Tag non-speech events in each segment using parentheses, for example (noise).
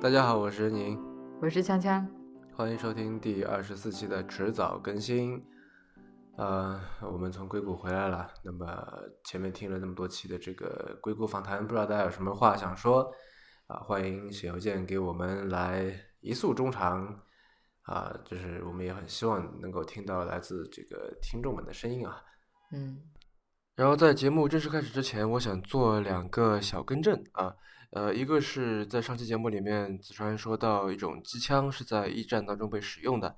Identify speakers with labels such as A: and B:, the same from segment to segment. A: 大家好，我是宁，
B: 我是锵锵。
A: 欢迎收听第二十四期的迟早更新。呃，我们从硅谷回来了，那么前面听了那么多期的这个硅谷访谈，不知道大家有什么话想说啊、欢迎写邮件给我们来一诉衷肠啊、就是我们也很希望能够听到来自这个听众们的声音啊。
B: 嗯，
A: 然后在节目正式开始之前，我想做两个小更正啊，呃，一个是在上期节目里面，子川说到一种机枪是在一战当中被使用的，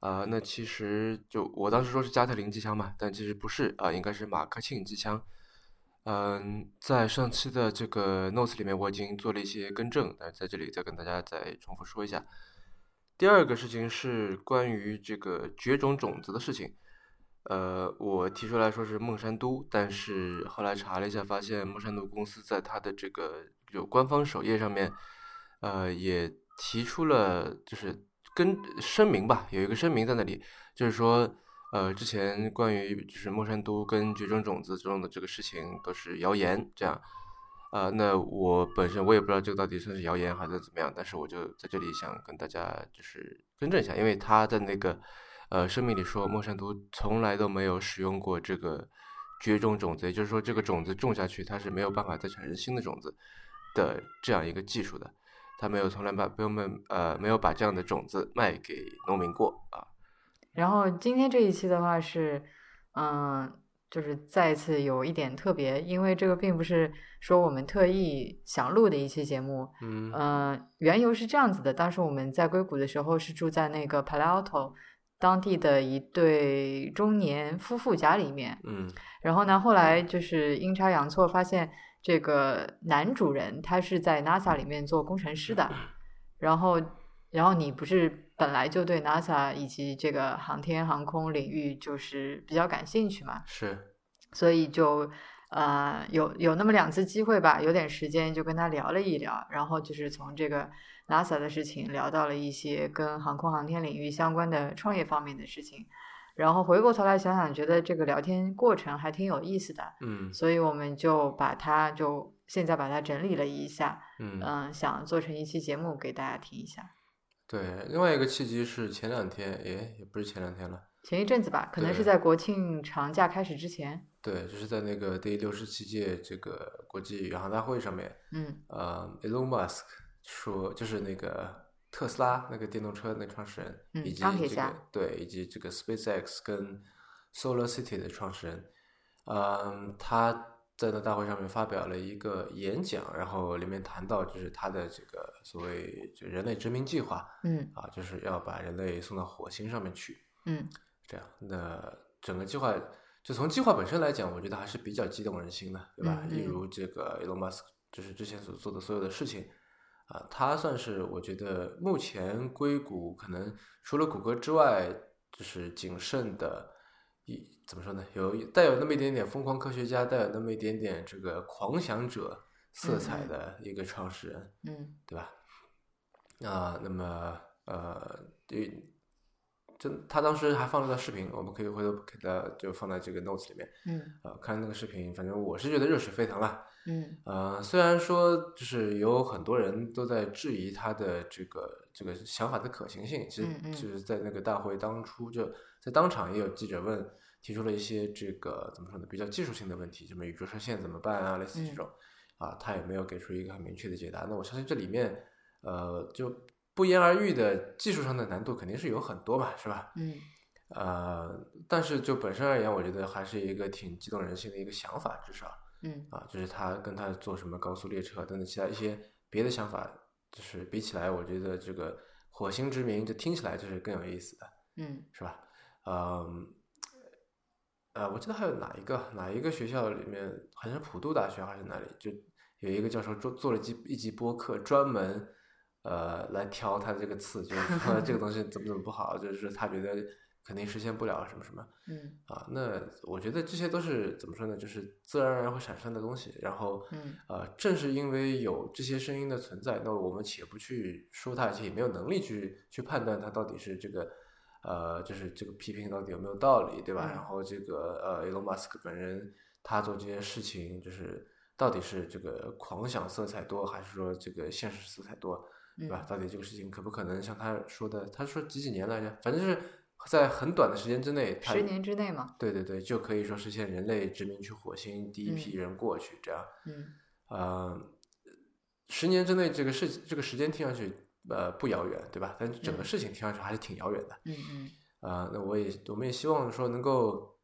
A: 啊、那其实就我当时说是加特林机枪嘛，但其实不是啊、应该是马克沁机枪。嗯，在上期的这个 notes 里面我已经做了一些更正，但是在这里再跟大家再重复说一下。第二个事情是关于这个绝种种子的事情。呃，我提出来说是孟山都，但是后来查了一下，发现孟山都公司在它的这个有官方首页上面，呃，也提出了就是跟声明吧，有一个声明在那里，就是说，呃，之前关于就是孟山都跟绝种种子这种的这个事情都是谣言，这样，呃，那我本身我也不知道这个到底算是谣言还是怎么样，但是我就在这里想跟大家就是更正一下，因为他在那个。呃，声明里说，孟山都从来都没有使用过这个绝种种子，也就是说，这个种子种下去，它是没有办法再产生新的种子的这样一个技术的。他没有从来把朋友们呃没有把这样的种子卖给农民过啊。
B: 然后今天这一期的话是，嗯、就是再一次有一点特别，因为这个并不是说我们特意想录的一期节目。
A: 嗯
B: 呃，缘由是这样子的，当时我们在硅谷的时候是住在那个 Palo Alto 当地的一对中年夫妇家里面，
A: 嗯
B: 然后呢，后来就是阴差阳错发现，这个男主人他是在 NASA 里面做工程师的，然后，然后你不是本来就对 NASA 以及这个航天航空领域就是比较感兴趣嘛，
A: 是
B: 所以就呃有有那么两次机会吧，有点时间就跟他聊了一聊，然后就是从这个 NASA 的事情聊到了一些跟航空航天领域相关的创业方面的事情，然后回过头来想想，觉得这个聊天过程还挺有意思的，
A: 嗯
B: 所以我们就把它就现在把它整理了一下，
A: 嗯
B: 嗯，想做成一期节目给大家听一下。
A: 对。另外一个契机是前两天，也也不是前两天了，
B: 前一阵子吧，可能是
A: 对
B: 在国庆长假开始之前，
A: 对，就是在那个第六十七届这个国际宇航大会上面，
B: 嗯
A: 呃，Elon Musk 说，就是那个特斯拉那个电动车那创始人，
B: 嗯
A: 以及
B: 钢铁
A: 这
B: 侠
A: 个对，以及这个 SpaceX 跟 Solar City 的创始人，嗯，他在那大会上面发表了一个演讲，然后里面谈到就是他的这个所谓就人类殖民计划
B: 嗯
A: 啊，就是要把人类送到火星上面去，
B: 嗯
A: 这样，那整个计划就从计划本身来讲，我觉得还是比较激动人心的，对吧？
B: 嗯
A: 一
B: 嗯
A: 如这个 Elon Musk 就是之前所做的所有的事情，啊、他算是我觉得目前硅谷可能除了谷歌之外，就是仅剩的一怎么说呢？有带有那么一点点疯狂科学家，带有那么一点点这个狂想者色彩
B: 嗯嗯
A: 的一个创始人。
B: 嗯
A: 对吧？啊、那么呃，对于，真他当时还放了段视频，我们可以回头给他就放在这个 notes 里面
B: 嗯
A: 啊、呃看那个视频，反正我是觉得热血沸腾了。
B: 嗯
A: 呃，虽然说就是有很多人都在质疑他的这个这个想法的可行性，其实
B: 嗯嗯
A: 就是在那个大会当初就在当场也有记者问，提出了一些这个怎么说呢，比较技术性的问题，什么宇宙射线怎么办啊，类似这
B: 嗯
A: 种，啊，他也没有给出一个很明确的解答。那我相信这里面，呃，就不言而喻的技术上的难度肯定是有很多嘛，是吧？
B: 嗯
A: 呃，但是就本身而言，我觉得还是一个挺激动人心的一个想法，至少。
B: 嗯
A: 啊，就是他跟他做什么高速列车啊等等其他一些别的想法，就是比起来，我觉得这个火星殖民就听起来就是更有意思的，
B: 嗯
A: 是吧？嗯，呃，我记得还有哪一个哪一个学校里面，好像是普渡大学还是哪里，就有一个教授做做了一集一集播客，专门呃来挑他这个刺，就是说 (laughs) 这个东西怎么怎么不好，就是说他觉得肯定实现不了什么什么。
B: 嗯
A: 啊，那我觉得这些都是怎么说呢？就是自然而然会产生的东西。然后，
B: 嗯
A: 呃，正是因为有这些声音的存在，那我们且不去说它，而且也没有能力去去判断它到底是这个，呃，就是这个批评到底有没有道理，对吧？然
B: 嗯
A: 后这个呃，Elon Musk 本人他做这些事情，就是到底是这个狂想色彩多，还是说这个现实色彩多？对
B: 嗯
A: 吧？到底这个事情可不可能像他说的？他说几几年来着？反正就是在很短的时间之内，他
B: 十年之内嘛，
A: 对对对，就可以说实现人类殖民去火星，第一批人过去这样。
B: 嗯
A: 呃，十年之内这个事这个时间听上去呃不遥远，对吧？但整个
B: 嗯
A: 事情听上去还是挺遥远的。
B: 嗯嗯
A: 啊、那我也我们也希望说能够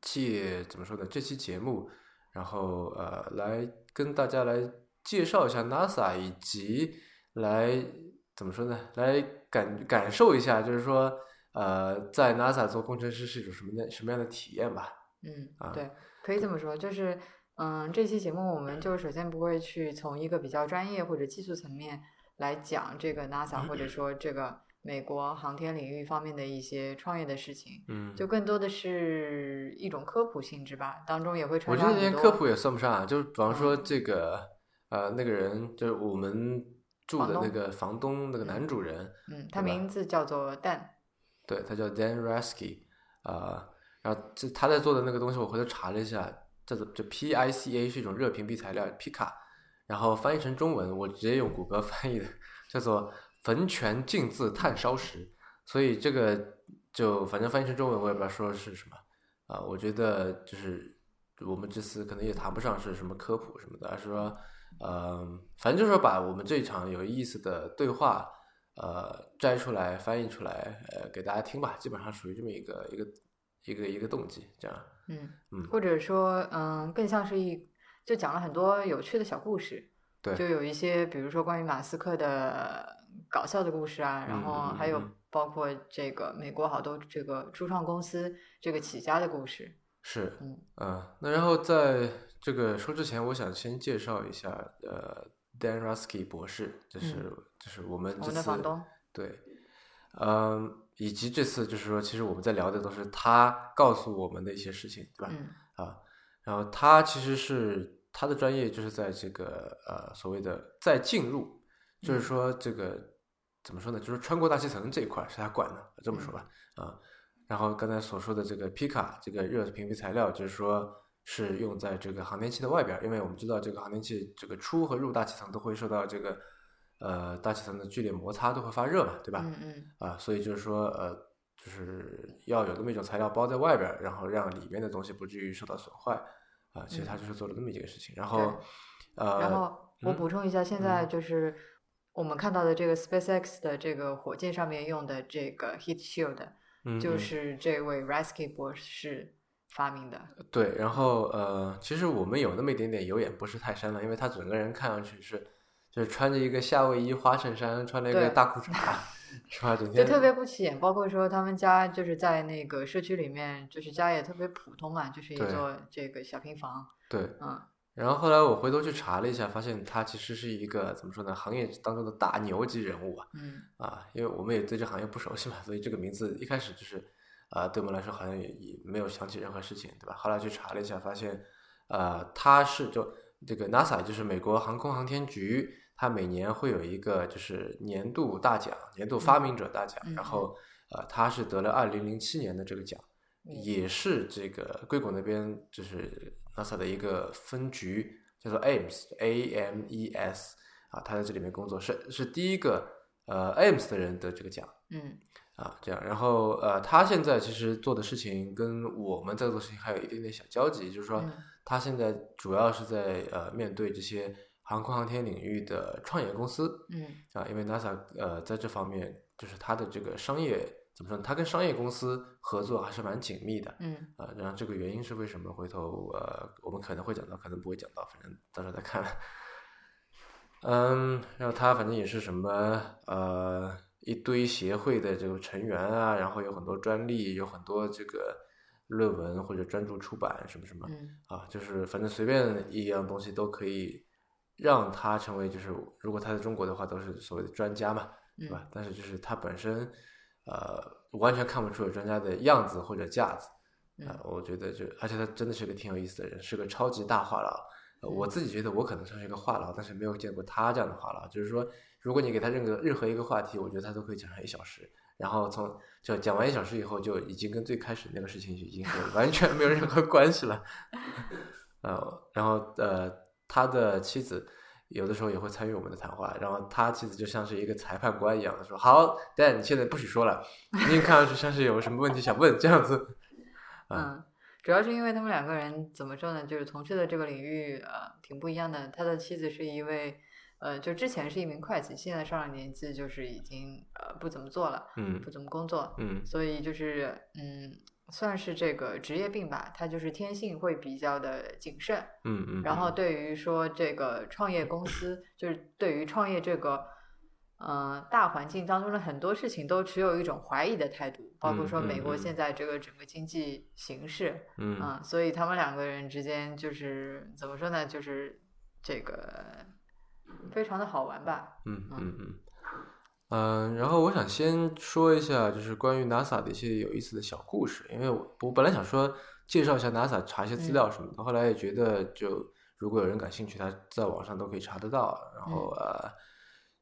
A: 借怎么说呢这期节目，然后呃来跟大家来介绍一下 NASA，以及来怎么说呢，来感感受一下，就是说呃在 NASA 做工程师是一种什么的什么样的体验吧。啊
B: 嗯，对，可以这么说，就是嗯，这期节目我们就首先不会去从一个比较专业或者技术层面来讲这个 NASA 或者说这个美国航天领域方面的一些创业的事情，
A: 嗯
B: 就更多的是一种科普性质吧，当中也会
A: 我
B: 穿
A: 觉
B: 插
A: 得
B: 很
A: 连
B: 多
A: 科普也算不上啊，就是比方说
B: 嗯
A: 这个呃那个人，就是我们住
B: 房
A: 的那
B: 东
A: 个房东那个男
B: 嗯
A: 主人。
B: 嗯，它
A: 对吧
B: 名字叫做蛋，
A: 对，他叫 Dan Rasky，呃，然后这他在做的那个东西，我回头查了一下，叫做就 PICA 是一种热屏蔽材料，Pica，然后翻译成中文，我直接用谷歌 (laughs) 翻译的，叫做焚泉浸渍炭烧石，所以这个就反正翻译成中文，我也不知道说是什么啊、我觉得就是我们这次可能也谈不上是什么科普什么的，而是说，呃，反正就是说把我们这一场有意思的对话。呃摘出来翻译出来，呃给大家听吧，基本上属于这么一个一个一个一个动机，这样。
B: 嗯
A: 嗯
B: 或者说嗯，更像是一就讲了很多有趣的小故事，
A: 对，
B: 就有一些，比如说关于马斯克的搞笑的故事啊，然
A: 嗯
B: 后
A: 嗯
B: 还有
A: 嗯
B: 包括这个美国好多这个初创公司这个起家的故事。
A: 是，
B: 嗯
A: 嗯，那然后在这个说之前，我想先介绍一下，呃，Dan Rusky 博士，这是、这是我们
B: 嗯我
A: 这次
B: 们的房东，
A: 对，嗯，以及这次就是说，其实我们在聊的都是他告诉我们的一些事情，对吧？
B: 嗯
A: 啊，然后他其实是他的专业就是在这个呃所谓的再进入，就是
B: 嗯
A: 说这个怎么说呢，就是穿过大气层这一块是他管的，这么说吧，啊，然后刚才所说的这个 Pika 这个热屏蔽材料，就是说是用在这个航天器的外边儿，因为我们知道这个航天器这个出和入大气层都会受到这个呃大气层的剧烈摩擦，都会发热嘛，对吧？
B: 嗯嗯
A: 啊，所以就是说，呃，就是要有那么一种材料包在外边儿，然后让里面的东西不至于受到损坏。啊，其实他就是做了这么一个事情。然后，呃，
B: 嗯然后我
A: 嗯
B: 补充一下，现在
A: 嗯
B: 就是我们看到的这个 SpaceX 的这个火箭上面用的这个 Heat Shield，
A: 嗯
B: 就
A: 嗯
B: 是这位 Rasky 博士发明的。
A: 对，然后呃，其实我们有那么一点点有眼不识泰山了，因为他整个人看上去是就是穿着一个夏威夷花衬衫，穿了一个
B: 对
A: 大裤衩，是吧？整
B: 就
A: 天
B: 特别不起眼。包括说他们家就是在那个社区里面，就是家也特别普通嘛，就是一
A: 对
B: 座这个小平房。
A: 对。
B: 嗯
A: 然后后来我回头去查了一下，发现他其实是一个怎么说呢，行业当中的大牛级人物啊。
B: 嗯
A: 啊，因为我们也对这行业不熟悉嘛，所以这个名字一开始就是，啊、对我们来说好像也也没有想起任何事情，对吧？后来去查了一下，发现，呃，它是就这个 NASA，就是美国航空航天局，它每年会有一个就是年度大奖，年度发明者大奖，
B: 嗯嗯
A: 然后呃，它是得了二零零七年的这个奖，
B: 嗯
A: 也是这个硅谷那边就是 NASA 的一个分局，叫做 AMES，A M E S 啊，他在这里面工作，是是第一个呃 AMES 的人得这个奖
B: 嗯
A: 啊，这样，然后呃，他现在其实做的事情跟我们在做的事情还有一点点小交集，就是说
B: 嗯
A: 他现在主要是在呃面对这些航空航天领域的创业公司，
B: 嗯
A: 啊，因为 NASA 呃在这方面就是它的这个商业怎么说呢？它跟商业公司合作还是蛮紧密的
B: 嗯
A: 啊。然后这个原因是为什么？回头呃我们可能会讲到，可能不会讲到，反正到时候再看。嗯，然后他反正也是什么呃一堆协会的这个成员啊，然后有很多专利，有很多这个论文或者专著出版什么什么。
B: 嗯
A: 啊，就是反正随便一样东西都可以让他成为，就是如果他在中国的话，都是所谓的专家嘛，对吧？
B: 嗯，
A: 但是就是他本身，呃，完全看不出有专家的样子或者架子啊、
B: 嗯
A: 我觉得就，而且他真的是个挺有意思的人，是个超级大话痨。呃我自己觉得我可能算是一个话痨，但是没有见过他这样的话痨。就是说，如果你给他任何任何一个话题，我觉得他都可以讲上一小时。然后从就讲完一小时以后，就已经跟最开始那个事情已经是完全没有 (laughs) 任何关系了。呃，然后呃，他的妻子有的时候也会参与我们的谈话。然后他妻子就像是一个裁判官一样的说：“好，但你现在不许说了，您看上去像是有什么问题想问这样子。”啊，
B: 嗯，主要是因为他们两个人怎么说呢，就是从事的这个领域呃挺不一样的。他的妻子是一位呃，就之前是一名会计，现在上了年纪就是已经呃不怎么做了，
A: 嗯
B: 不怎么工作，
A: 嗯
B: 所以就是嗯算是这个职业病吧，他就是天性会比较的谨慎，
A: 嗯嗯，
B: 然后对于说这个创业公司，就是对于创业这个，呃，大环境当中的很多事情都持有一种怀疑的态度，包括
A: 嗯
B: 说
A: 嗯
B: 美国
A: 嗯
B: 现在这个整个经济形势，
A: 嗯嗯
B: 嗯，所以他们两个人之间就是怎么说呢，就是这个非常的好玩吧，
A: 嗯
B: 嗯
A: 嗯嗯，嗯，然后我想先说一下，就是关于 NASA 的一些有意思的小故事，因为我我本来想说介绍一下 NASA 查一些资
B: 嗯
A: 料什么的，后来也觉得就如果有人感兴趣，他在网上都可以查得到。然后呃，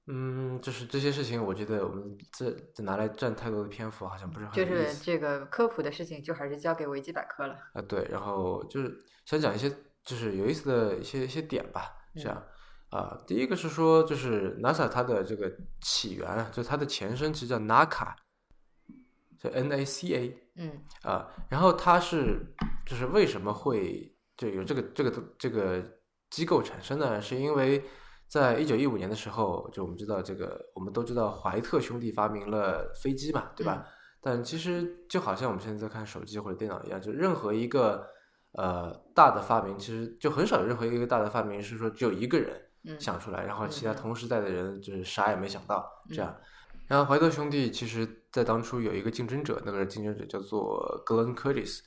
A: 嗯，就是这些事情，我觉得我们这这拿来占太多的篇幅，好像不是很
B: 就
A: 有意
B: 是
A: 思。
B: 这个科普的事情就还是交给维基百科了，
A: 啊，对，然后就是想讲一些就是有意思的一些一些点吧，这样啊、第一个是说，就是 NASA 它的这个起源啊，就它的前身其实叫 NACA，就 NACA
B: 嗯
A: 啊、然后它是就是为什么会就有这个这个这个机构产生呢？是因为在一九一五年的时候，就我们知道这个，我们都知道怀特兄弟发明了飞机嘛，对吧？
B: 嗯
A: 但其实就好像我们现在在看手机或者电脑一样，就任何一个呃大的发明，其实就很少有任何一个大的发明是说只有一个人
B: 嗯
A: 想出来，然后其他
B: 嗯嗯
A: 同时代的人就是啥也没想到这样
B: 嗯。
A: 然后怀特兄弟其实在当初有一个竞争者，那个竞争者叫做 Glenn Curtis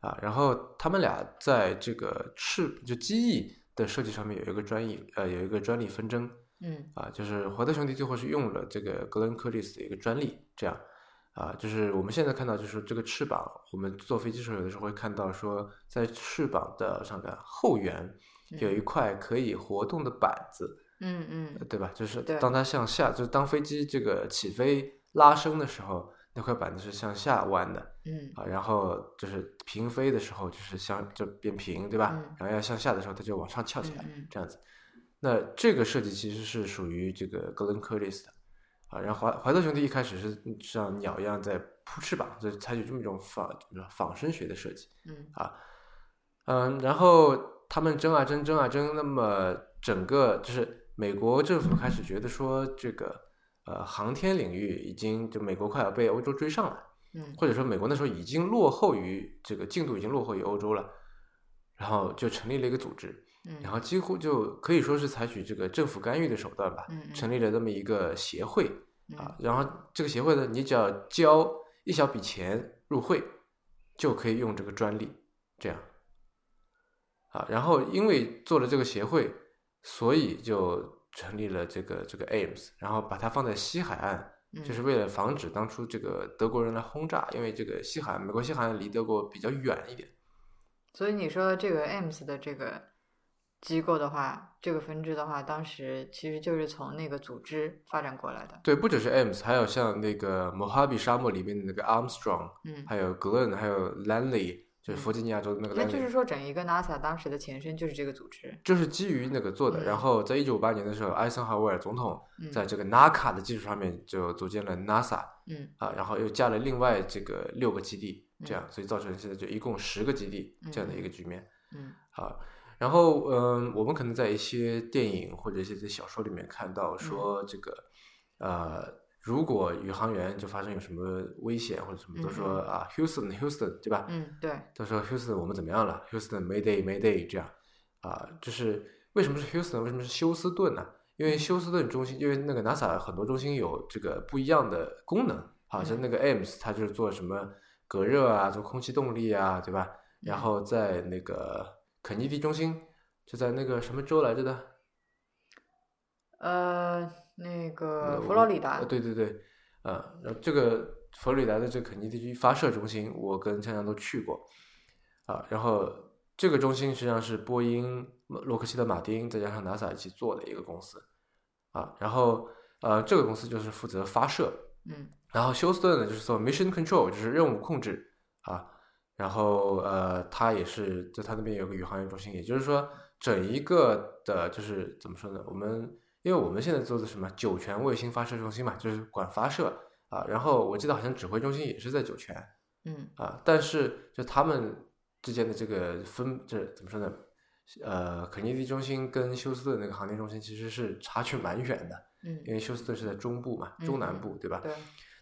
A: 啊，然后他们俩在这个翅就机翼的设计上面有一个专利呃有一个专利纷争
B: 嗯
A: 啊，就是怀特兄弟最后是用了这个 Glenn Curtis 的一个专利，这样啊，就是我们现在看到就是这个翅膀，我们坐飞机时候有的时候会看到说在翅膀的上面后缘有一块可以活动的板子，
B: 嗯嗯
A: 对吧？就是
B: 对
A: 当它向下，就是当飞机这个起飞拉升的时候，那块板子是向下弯的
B: 嗯
A: 啊，然后就是平飞的时候就是向就变平，对吧？
B: 嗯
A: 然后要向下的时候，它就往上翘起来，
B: 嗯嗯
A: 这样子。那这个设计其实是属于这个格伦科里斯的啊，然后怀怀特兄弟一开始是像鸟一样在扑翅膀，就是采取这么一种仿仿生学的设计。
B: 嗯
A: 嗯，然后他们争啊争，争啊争，那么整个就是美国政府开始觉得说，这个呃航天领域已经就美国快要被欧洲追上了，
B: 嗯
A: 或者说美国那时候已经落后于这个进度已经落后于欧洲了，然后就成立了一个组织，
B: 嗯，
A: 然后几乎就可以说是采取这个政府干预的手段吧，
B: 嗯嗯
A: 成立了这么一个协会啊
B: 嗯，
A: 然后这个协会呢，你只要交一小笔钱入会，就可以用这个专利，这样啊，然后因为做了这个协会，所以就成立了这个这个 Ames，然后把它放在西海岸，
B: 嗯
A: 就是为了防止当初这个德国人来轰炸，因为这个西海岸，美国西海岸离德国比较远一点，
B: 所以你说这个 AMS 的这个机构的话，这个分支的话，当时其实就是从那个组织发展过来的。
A: 对，不只是 Ames，还有像那个莫哈比沙漠里面的那个 Armstrong。
B: 嗯，
A: 还有 Glen，还有 Lanley，就是弗吉尼亚州的那个
B: 那就是
A: Lanley，
B: 说整一个 NASA 当时的前身就是这个组织。
A: 就是基于那个做的。
B: 嗯
A: 然后在一九五八年的时候，艾森豪威尔总统
B: 嗯
A: 在这个 NACA 的基础上面就组建了 NASA
B: 嗯
A: 啊，然后又加了另外这个六个基地，这
B: 嗯
A: 样，所以造成现在就一共十个基地这样的一个局面。
B: 嗯
A: 啊。然后，嗯，我们可能在一些电影或者一些小说里面看到
B: 嗯
A: 说，这个，呃，如果宇航员就发生有什么危险或者什么，都说
B: 嗯
A: 啊，Houston，Houston，对吧？
B: 嗯，对，
A: 他说 Houston 我们怎么样了？Houston Mayday Mayday 这样啊、就是为什么是 Houston，为什么是休斯顿呢、因为
B: 嗯
A: 休斯顿中心，因为那个 NASA 很多中心有这个不一样的功能，好像
B: 嗯
A: 那个 Ames 它就是做什么隔热啊，做空气动力啊，对吧？然
B: 嗯
A: 后在那个肯尼迪中心，就在那个什么州来着的？
B: 呃，那
A: 呃
B: 个
A: 我
B: 佛罗
A: 们
B: 里达
A: 呃，对对对，呃，然后这个佛罗里达的这个肯尼迪发射中心，我跟强强都去过，啊、然后这个中心实际上是波音、洛克希德马丁再加上 NASA 一起做的一个公司，啊、然后呃，这个公司就是负责发射，
B: 嗯
A: 然后休斯顿呢就是做 mission control，就是任务控制啊。然后呃，他也是在他那边有个宇航员中心，也就是说，整一个的，就是怎么说呢？我们因为我们现在做的是什么酒泉卫星发射中心嘛，就是管发射啊。然后我记得好像指挥中心也是在酒泉
B: 嗯
A: 啊，但是就他们之间的这个分，就是怎么说呢？呃，肯尼迪中心跟休斯顿那个航天中心其实是差距蛮远的，
B: 嗯
A: 因，为休斯顿是在中部嘛，中南部对吧？
B: 对，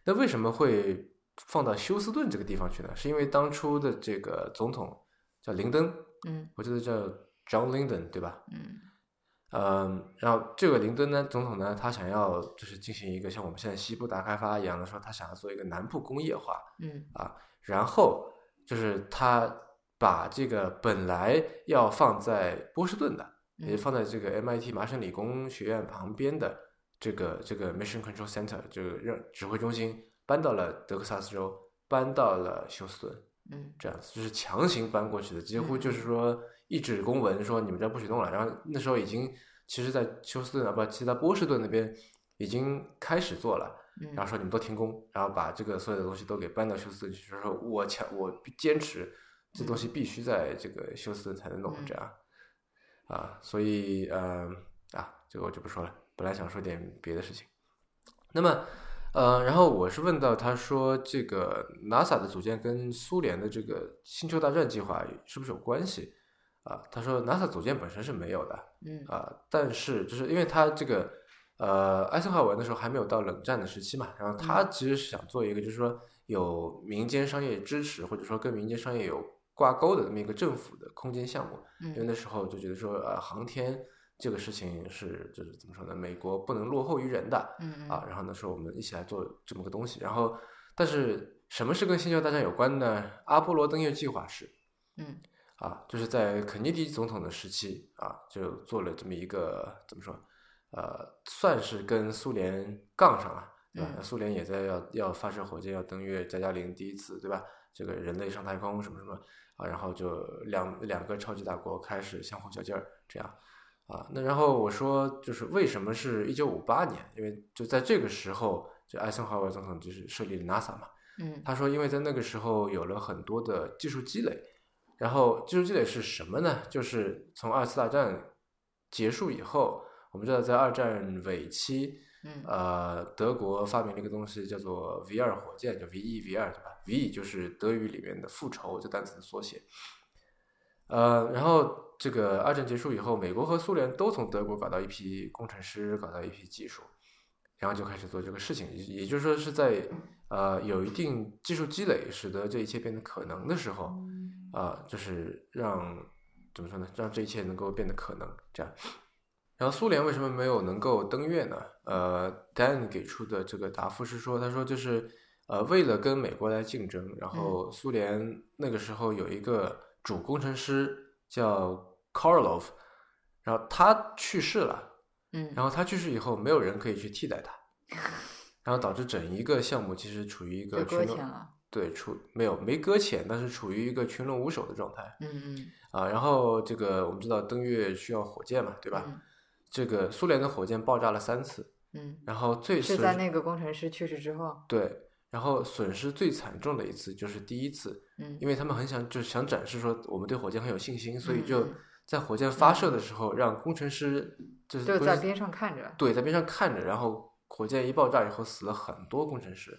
A: 那为什么会放到休斯顿这个地方去呢？是因为当初的这个总统叫林登，
B: 嗯
A: 我记得叫 John Lyndon 对吧？
B: 嗯
A: 嗯，然后这个林登呢，总统呢，他想要就是进行一个像我们现在西部大开发一样的说，他想要做一个南部工业化，
B: 嗯
A: 然后就是他把这个本来要放在波士顿的，也就
B: 嗯
A: 放在这个 MIT 麻省理工学院旁边的这个这个 Mission Control Center 这个任指挥中心搬到了德克萨斯州，搬到了休斯顿，
B: 嗯
A: 这样子就是强行搬过去的，几乎就是说一纸公文说你们这儿不许动了。然后那时候已经其实，在休斯顿啊，不，其实在波士顿那边已经开始做了，然后
B: 嗯
A: 说你们都停工，然后把这个所有的东西都给搬到休斯顿去，就是说我强我坚持这东西必须在这个休斯顿才能弄
B: 嗯
A: 这样啊，所以呃啊，这个我就不说了，本来想说点别的事情，那么。呃，然后我是问到他说，这个 NASA 的组建跟苏联的这个星球大战计划是不是有关系？啊、他说 NASA 组建本身是没有的，
B: 嗯
A: 啊、但是就是因为他这个呃，艾森豪文的时候还没有到冷战的时期嘛，然后他
B: 嗯
A: 其实是想做一个就是说有民间商业支持或者说跟民间商业有挂钩的这么一个政府的空间项目，因为
B: 嗯
A: 那时候就觉得说呃，航天这个事情是就是怎么说呢，美国不能落后于人的，
B: 嗯
A: 啊，然后呢说我们一起来做这么个东西，然后但是什么是跟星球大战有关呢？阿波罗登月计划是
B: 嗯
A: 啊，就是在肯尼迪总统的时期啊，就做了这么一个怎么说，呃，算是跟苏联杠上了，对吧？
B: 嗯
A: 苏联也在要要发射火箭要登月，加加林第一次对吧？这个人类上太空什么什么啊，然后就两两个超级大国开始相互较劲儿，这样。啊，那然后我说，就是为什么是一九五八年？因为就在这个时候，就艾森豪威尔总统就是设立了 NASA 嘛。
B: 嗯
A: 他说，因为在那个时候有了很多的技术积累，然后技术积累是什么呢？就是从二次大战结束以后，我们知道在二战尾期，
B: 嗯
A: 呃，德国发明了一个东西叫做 V 二火箭，就 V 一 V 二对吧？V 就是德语里面的复仇这单词的缩写。呃，然后这个二战结束以后，美国和苏联都从德国搞到一批工程师，搞到一批技术，然后就开始做这个事情。也也就是说是在呃有一定技术积累，使得这一切变得可能的时候，啊、就是让怎么说呢，让这一切能够变得可能这样。然后苏联为什么没有能够登月呢？呃，Dan 给出的这个答复是说，他说就是呃，为了跟美国来竞争，然
B: 嗯
A: 后苏联那个时候有一个主工程师叫 Karlov，然后他去世了，
B: 嗯，
A: 然后他去世以后没有人可以去替代他，
B: (laughs)
A: 然后导致整一个项目其实处于一个
B: 就搁
A: 群
B: 浅
A: 龙
B: 了，
A: 对处没有没搁浅，但是处于一个群龙无首的状态
B: 嗯嗯，
A: 啊。然后这个我们知道登月需要火箭嘛，对
B: 对
A: 吧？？这个苏联的火箭爆炸了三次，
B: 嗯，
A: 然后最
B: 是
A: 损
B: 在那个工程师去世之后，
A: 对，然后损失最惨重的一次就是第一次，
B: 嗯，
A: 因为他们很想就是想展示说我们对火箭很有信心，所以
B: 嗯
A: 就
B: 嗯
A: 在火箭发射的时候让工程师就是
B: 就
A: 工
B: 在
A: 程
B: 边上看着，
A: 对在边上看着，然后火箭一爆炸以后死了很多工程师，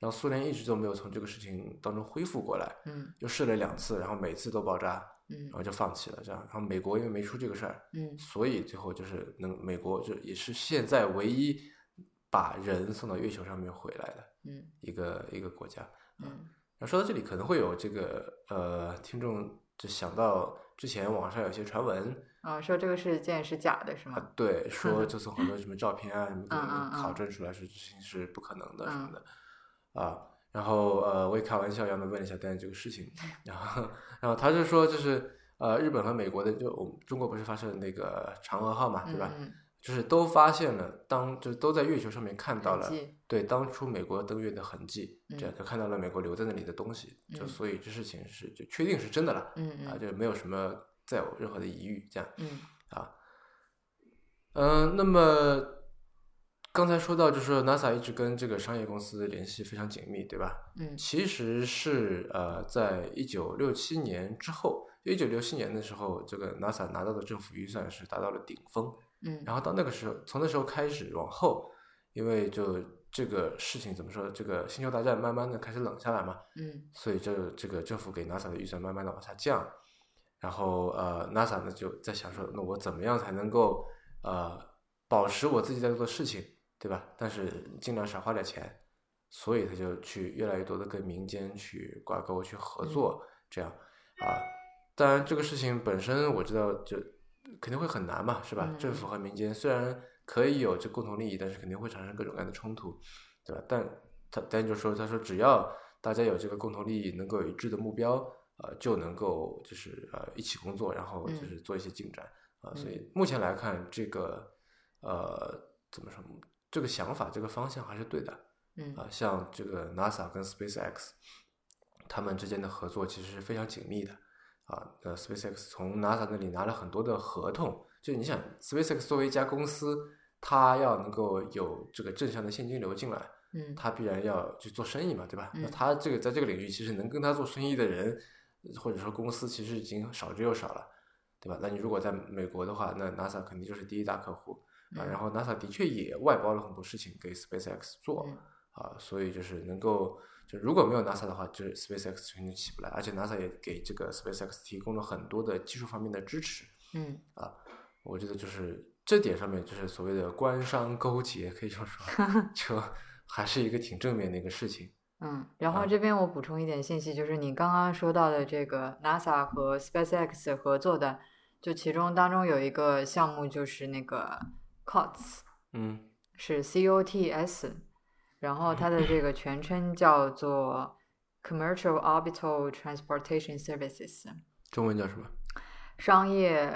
A: 然后苏联一直都没有从这个事情当中恢复过来，
B: 嗯
A: 又试了两次，然后每次都爆炸，
B: 嗯
A: 然后就放弃了这样，然后美国因为没出这个事儿，
B: 嗯
A: 所以最后就是能美国就也是现在唯一把人送到月球上面回来的
B: 嗯
A: 一个一个国家。
B: 嗯
A: 然后说到这里，可能会有这个呃听众就想到之前网上有些传闻
B: 啊，说这个事件是假的是
A: 啊
B: 吗？， (laughs)
A: 对，说就从很多什么照片啊什么可
B: 嗯嗯
A: 能考
B: 嗯
A: 证出来说这事情是不可能的什么的啊。然后呃，我也开玩笑一样的问了一下丹这个事情，
B: (laughs)
A: 然后然后他就说就是呃日本和美国的就我们中国不是发射那个嫦娥号嘛，对吧？
B: 嗯
A: 就是都发现了当就是都在月球上面看到了
B: 痕迹
A: 对当初美国登月的痕迹，这样就看到了美国留在那里的东西，就
B: 嗯
A: 所以这事情是就确定是真的了、
B: 嗯
A: 啊，
B: 嗯
A: 就没有什么再有任何的疑虑这样。
B: 嗯
A: 嗯、那么刚才说到就是 NASA 一直跟这个商业公司联系非常紧密，对吧？
B: 嗯
A: 其实是呃，在一九六七年之后，一九六七年的时候，这个 NASA 拿到的政府预算是达到了顶峰，
B: 嗯
A: 然后到那个时候，从那时候开始往后，因为就这个事情怎么说，这个星球大战慢慢的开始冷下来嘛，
B: 嗯
A: 所以就这个政府给 NASA 的预算慢慢的往下降，然后呃 NASA 呢就在想说，那我怎么样才能够呃保持我自己在做的事情，对吧？但是尽量少花点钱，所以他就去越来越多的跟民间去挂钩、去合作，这样啊。当然，这个事情本身我知道就肯定会很难嘛，是吧？
B: 嗯
A: 政府和民间虽然可以有这共同利益，但是肯定会产生各种各样的冲突，对吧？但他丹就说，他说只要大家有这个共同利益，能够有一致的目标，呃，就能够就是呃一起工作，然后就
B: 嗯
A: 是做一些进展啊、所
B: 嗯
A: 以目前来看，这个呃怎么说，这个想法这个方向还是对的
B: 嗯
A: 啊、像这个 NASA 跟 SpaceX，他们之间的合作其实是非常紧密的啊。呃，SpaceX 从 NASA 那里拿了很多的合同，就你想，SpaceX 作为一家公司，它要能够有这个正向的现金流进来。
B: 嗯
A: 他必然要去做生意嘛，对吧？那
B: 嗯
A: 他这个在这个领域，其实能跟他做生意的人，或者说公司，其实已经少之又少了，对吧？那你如果在美国的话，那 NASA 肯定就是第一大客户啊。
B: 嗯
A: 然后 NASA 的确也外包了很多事情给 SpaceX 做
B: 嗯
A: 啊，所以就是能够，就如果没有 NASA 的话，就是 SpaceX 肯定起不来，而且 NASA 也给这个 SpaceX 提供了很多的技术方面的支持。
B: 嗯
A: 我觉得就是这点上面，就是所谓的官商勾结，可以这么
B: (laughs)
A: 说，就还是一个挺正面的一个事情。
B: 嗯，然
A: 啊
B: 后这边我补充一点信息，就是你刚刚说到的这个 NASA 和 SpaceX 合作的，就其中当中有一个项目就是那个 COTS，
A: 嗯
B: 是 COTS，然后它的这个全称叫做 Commercial Orbital Transportation Services，，
A: 中文叫什么？
B: 商业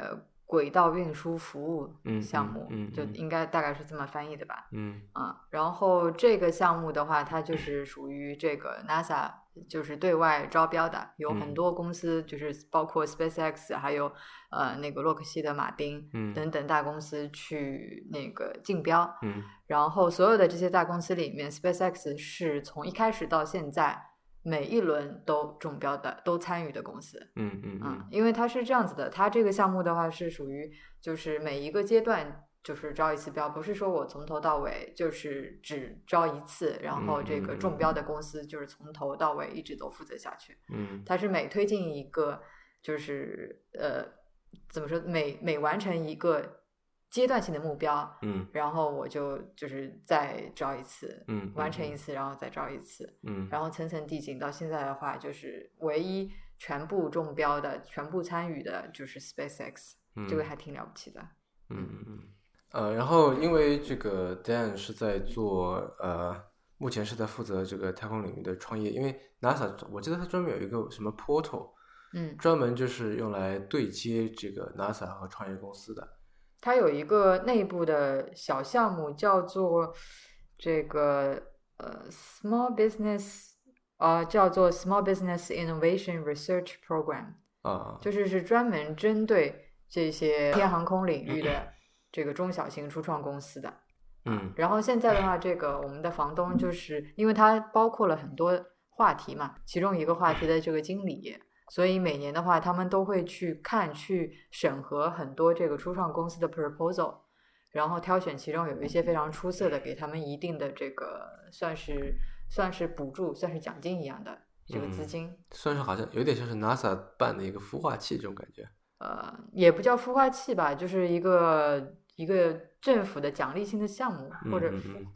B: 轨道运输服
A: 嗯
B: 务项目，
A: 嗯嗯
B: 就
A: 嗯
B: 应该大概是这么翻译的吧？
A: 嗯
B: 啊，然后这个项目的话，它就是属于这个 NASA 就是对外招标的，有
A: 嗯
B: 很多公司，就是包括 SpaceX，还有呃那个洛克希德马丁
A: 嗯
B: 等等大公司去那个竞标。
A: 嗯
B: 然后所有的这些大公司里面，SpaceX 是从一开始到现在每一轮都中标的，都参与的公司。
A: 嗯嗯
B: 嗯，因为它是这样子的，它这个项目的话是属于就是每一个阶段就是招一次标，不是说我从头到尾就是只招一次，然后这个中标的公司就是从头到尾一直都负责下去。
A: 嗯
B: 它是每推进一个就是呃怎么说，每每完成一个阶段性的目标，
A: 嗯
B: 然后我就就是再招一次，
A: 嗯，
B: 完成一次，然后再招一次。
A: 嗯，
B: 然后层层递进，到现在的话，就是唯一全部中标的、全部参与的，就是 SpaceX，、
A: 嗯
B: 这个还挺了不起的。
A: 嗯嗯嗯呃，然后因为这个 Dan 是在做呃，目前是在负责这个太空领域的创业，因为 NASA 我记得它专门有一个什么 portal，
B: 嗯，
A: 专门就是用来对接这个 NASA 和创业公司的。
B: 它有一个内部的小项目，叫做这个呃 Small Business，呃叫做 Small Business Innovation Research Program，
A: 啊，
B: 就是是专门针对这些天航空领域的这个中小型初创公司的。
A: 嗯
B: 然后现在的话，这个我们的房东就是因为它包括了很多话题嘛，其中一个话题的这个经理，所以每年的话，他们都会去看、去审核很多这个初创公司的 proposal，然后挑选其中有一些非常出色的，给他们一定的这个算是算是补助、算是奖金一样的这个资
A: 嗯
B: 金。
A: 算是好像有点像是 NASA 办的一个孵化器这种感觉。
B: 呃，也不叫孵化器吧，就是一个一个政府的奖励性的项目，或者
A: 嗯嗯
B: 孵
A: 嗯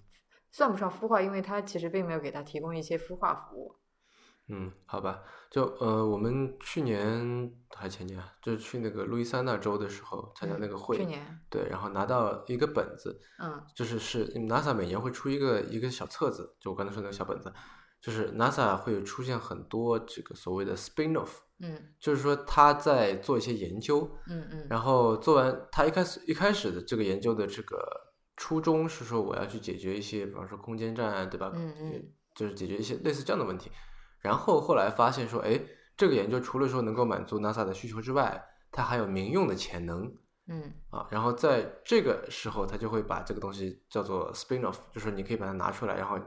B: 算不上孵化，因为它其实并没有给它提供一些孵化服务。
A: 嗯，好吧，就呃，我们去年还前年啊，就是去那个路易斯安那州的时候参加那
B: 嗯
A: 个会，
B: 去年，
A: 对，然后拿到一个本子，
B: 嗯
A: 就是是 NASA 每年会出一个一个小册子，就我刚才说那个小本子，就是 NASA 会出现很多这个所谓的 spin-off，
B: 嗯
A: 就是说他在做一些研究，
B: 嗯嗯，
A: 然后做完他一开始一开始的这个研究的这个初衷是说我要去解决一些，比方说空间站啊，对吧？
B: 嗯嗯
A: 就是解决一些类似这样的问题。然后后来发现说，哎，这个研究除了说能够满足 NASA 的需求之外，它还有民用的潜能
B: 嗯
A: 啊。然后在这个时候，他就会把这个东西叫做 spin-off，就是你可以把它拿出来，然后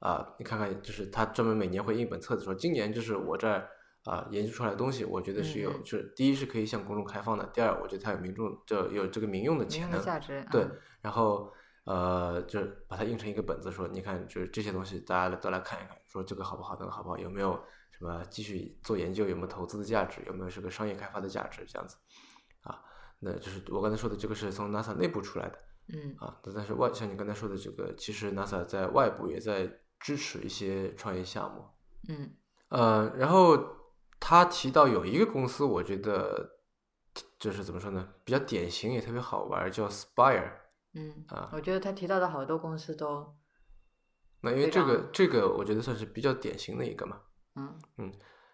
A: 啊、你看看，就是他专门每年会印一本册子说，今年就是我这儿啊、研究出来的东西，我觉得是有，
B: 嗯嗯
A: 就是第一是可以向公众开放的，第二我觉得它有民众这有这个民用的
B: 没
A: 潜
B: 用
A: 能
B: 的，价值。
A: 对
B: 嗯，
A: 然后呃，就是把它印成一个本子说，你看，就是这些东西大家来都来看一看，说这个好不好，那个好不好，有没有什么继续做研究，有没有投资的价值，有没有这个商业开发的价值，这样子啊。那就是我刚才说的，这个是从 NASA 内部出来的
B: 嗯
A: 啊。那但是外，像你刚才说的这个，其实 NASA 在外部也在支持一些创业项目。
B: 嗯
A: 呃，然后他提到有一个公司，我觉得就是怎么说呢，比较典型也特别好玩，叫 Spire。
B: 嗯
A: 啊，
B: 我觉得他提到的好多公司都，
A: 那因为
B: 非
A: 这个
B: 常
A: 这个我觉得算是比较典型的一个嘛。
B: 嗯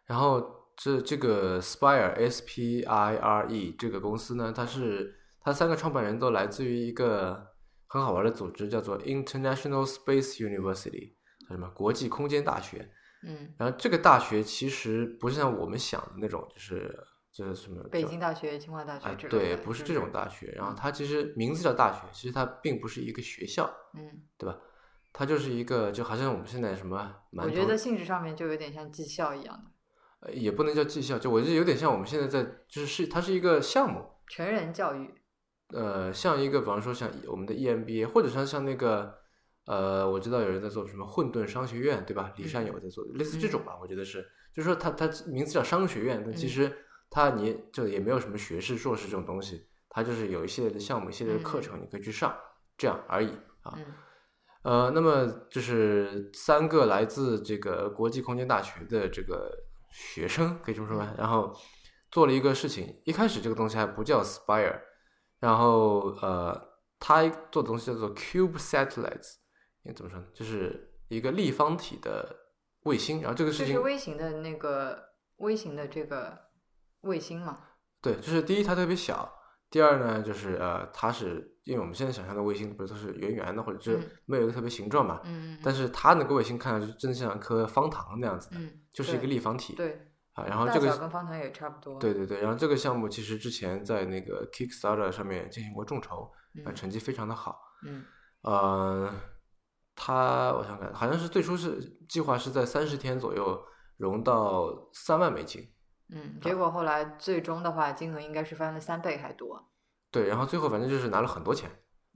A: 然后这这个 Spire S P I R E 这个公司呢，它是它三个创办人都来自于一个很好玩的组织，叫做 International Space University，叫什么国际空间大学。
B: 嗯，
A: 然后这个大学其实不是像我们想的那种，就是就是什么
B: 北
A: 叫
B: 京大学、清华大
A: 啊
B: 学之类
A: 对，
B: 的，
A: 不是这种大学。然后
B: 嗯
A: 它其实名字叫大学，其实它并不是一个学校，
B: 嗯，
A: 对吧？它就是一个，就好像我们现在什么馒头，
B: 我觉得性质上面就有点像技校一样的，
A: 呃也不能叫技校，就我觉得有点像我们现在在，就是是它是一个项目，
B: 全人教育，
A: 呃，像一个比方说像我们的 E EMBA，或者像像那个呃，我知道有人在做什么混沌商学院，对吧？李善
B: 嗯
A: 友在做，类似这种吧，我觉得是，就是说它它名字叫商学院，但其
B: 嗯
A: 实它你就也没有什么学士、硕士这种东西，它就是有一系列的项目、一系列的课
B: 嗯
A: 程你可以去上，这样而已啊。
B: 嗯
A: 呃，那么就是三个来自这个国际空间大学的这个学生，可以这么说
B: 嗯
A: 吧。然后做了一个事情，一开始这个东西还不叫 Spire，然后呃，他做的东西叫做 Cube Satellites，应该怎么说呢？就是一个立方体的卫星。然后这个事
B: 就
A: 情
B: 是微型的那个微型的这个卫星嘛，
A: 对，就是第一它特别小，第二呢就是呃，它是因为我们现在想象的卫星不是都是圆圆的，或者是
B: 嗯
A: 没有一个特别形状嘛。
B: 嗯，嗯
A: 但是它那个卫星看上去真的像颗方糖那样子的，
B: 嗯，
A: 就是一个
B: 对
A: 立方体
B: 对，
A: 啊。然后
B: 大
A: 这
B: 小
A: 个
B: 跟方糖也差不多，
A: 对，对对，然后这个项目其实之前在那个 Kickstarter 上面进行过众筹，啊，
B: 嗯
A: 成绩非常的好。
B: 嗯
A: 呃，它我想看，好像是最初是计划是在三十天左右融到三万美金，
B: 嗯，结果后来最终的话，金额应该是翻了三倍还多，
A: 对，然后最后反正就是拿了很多钱，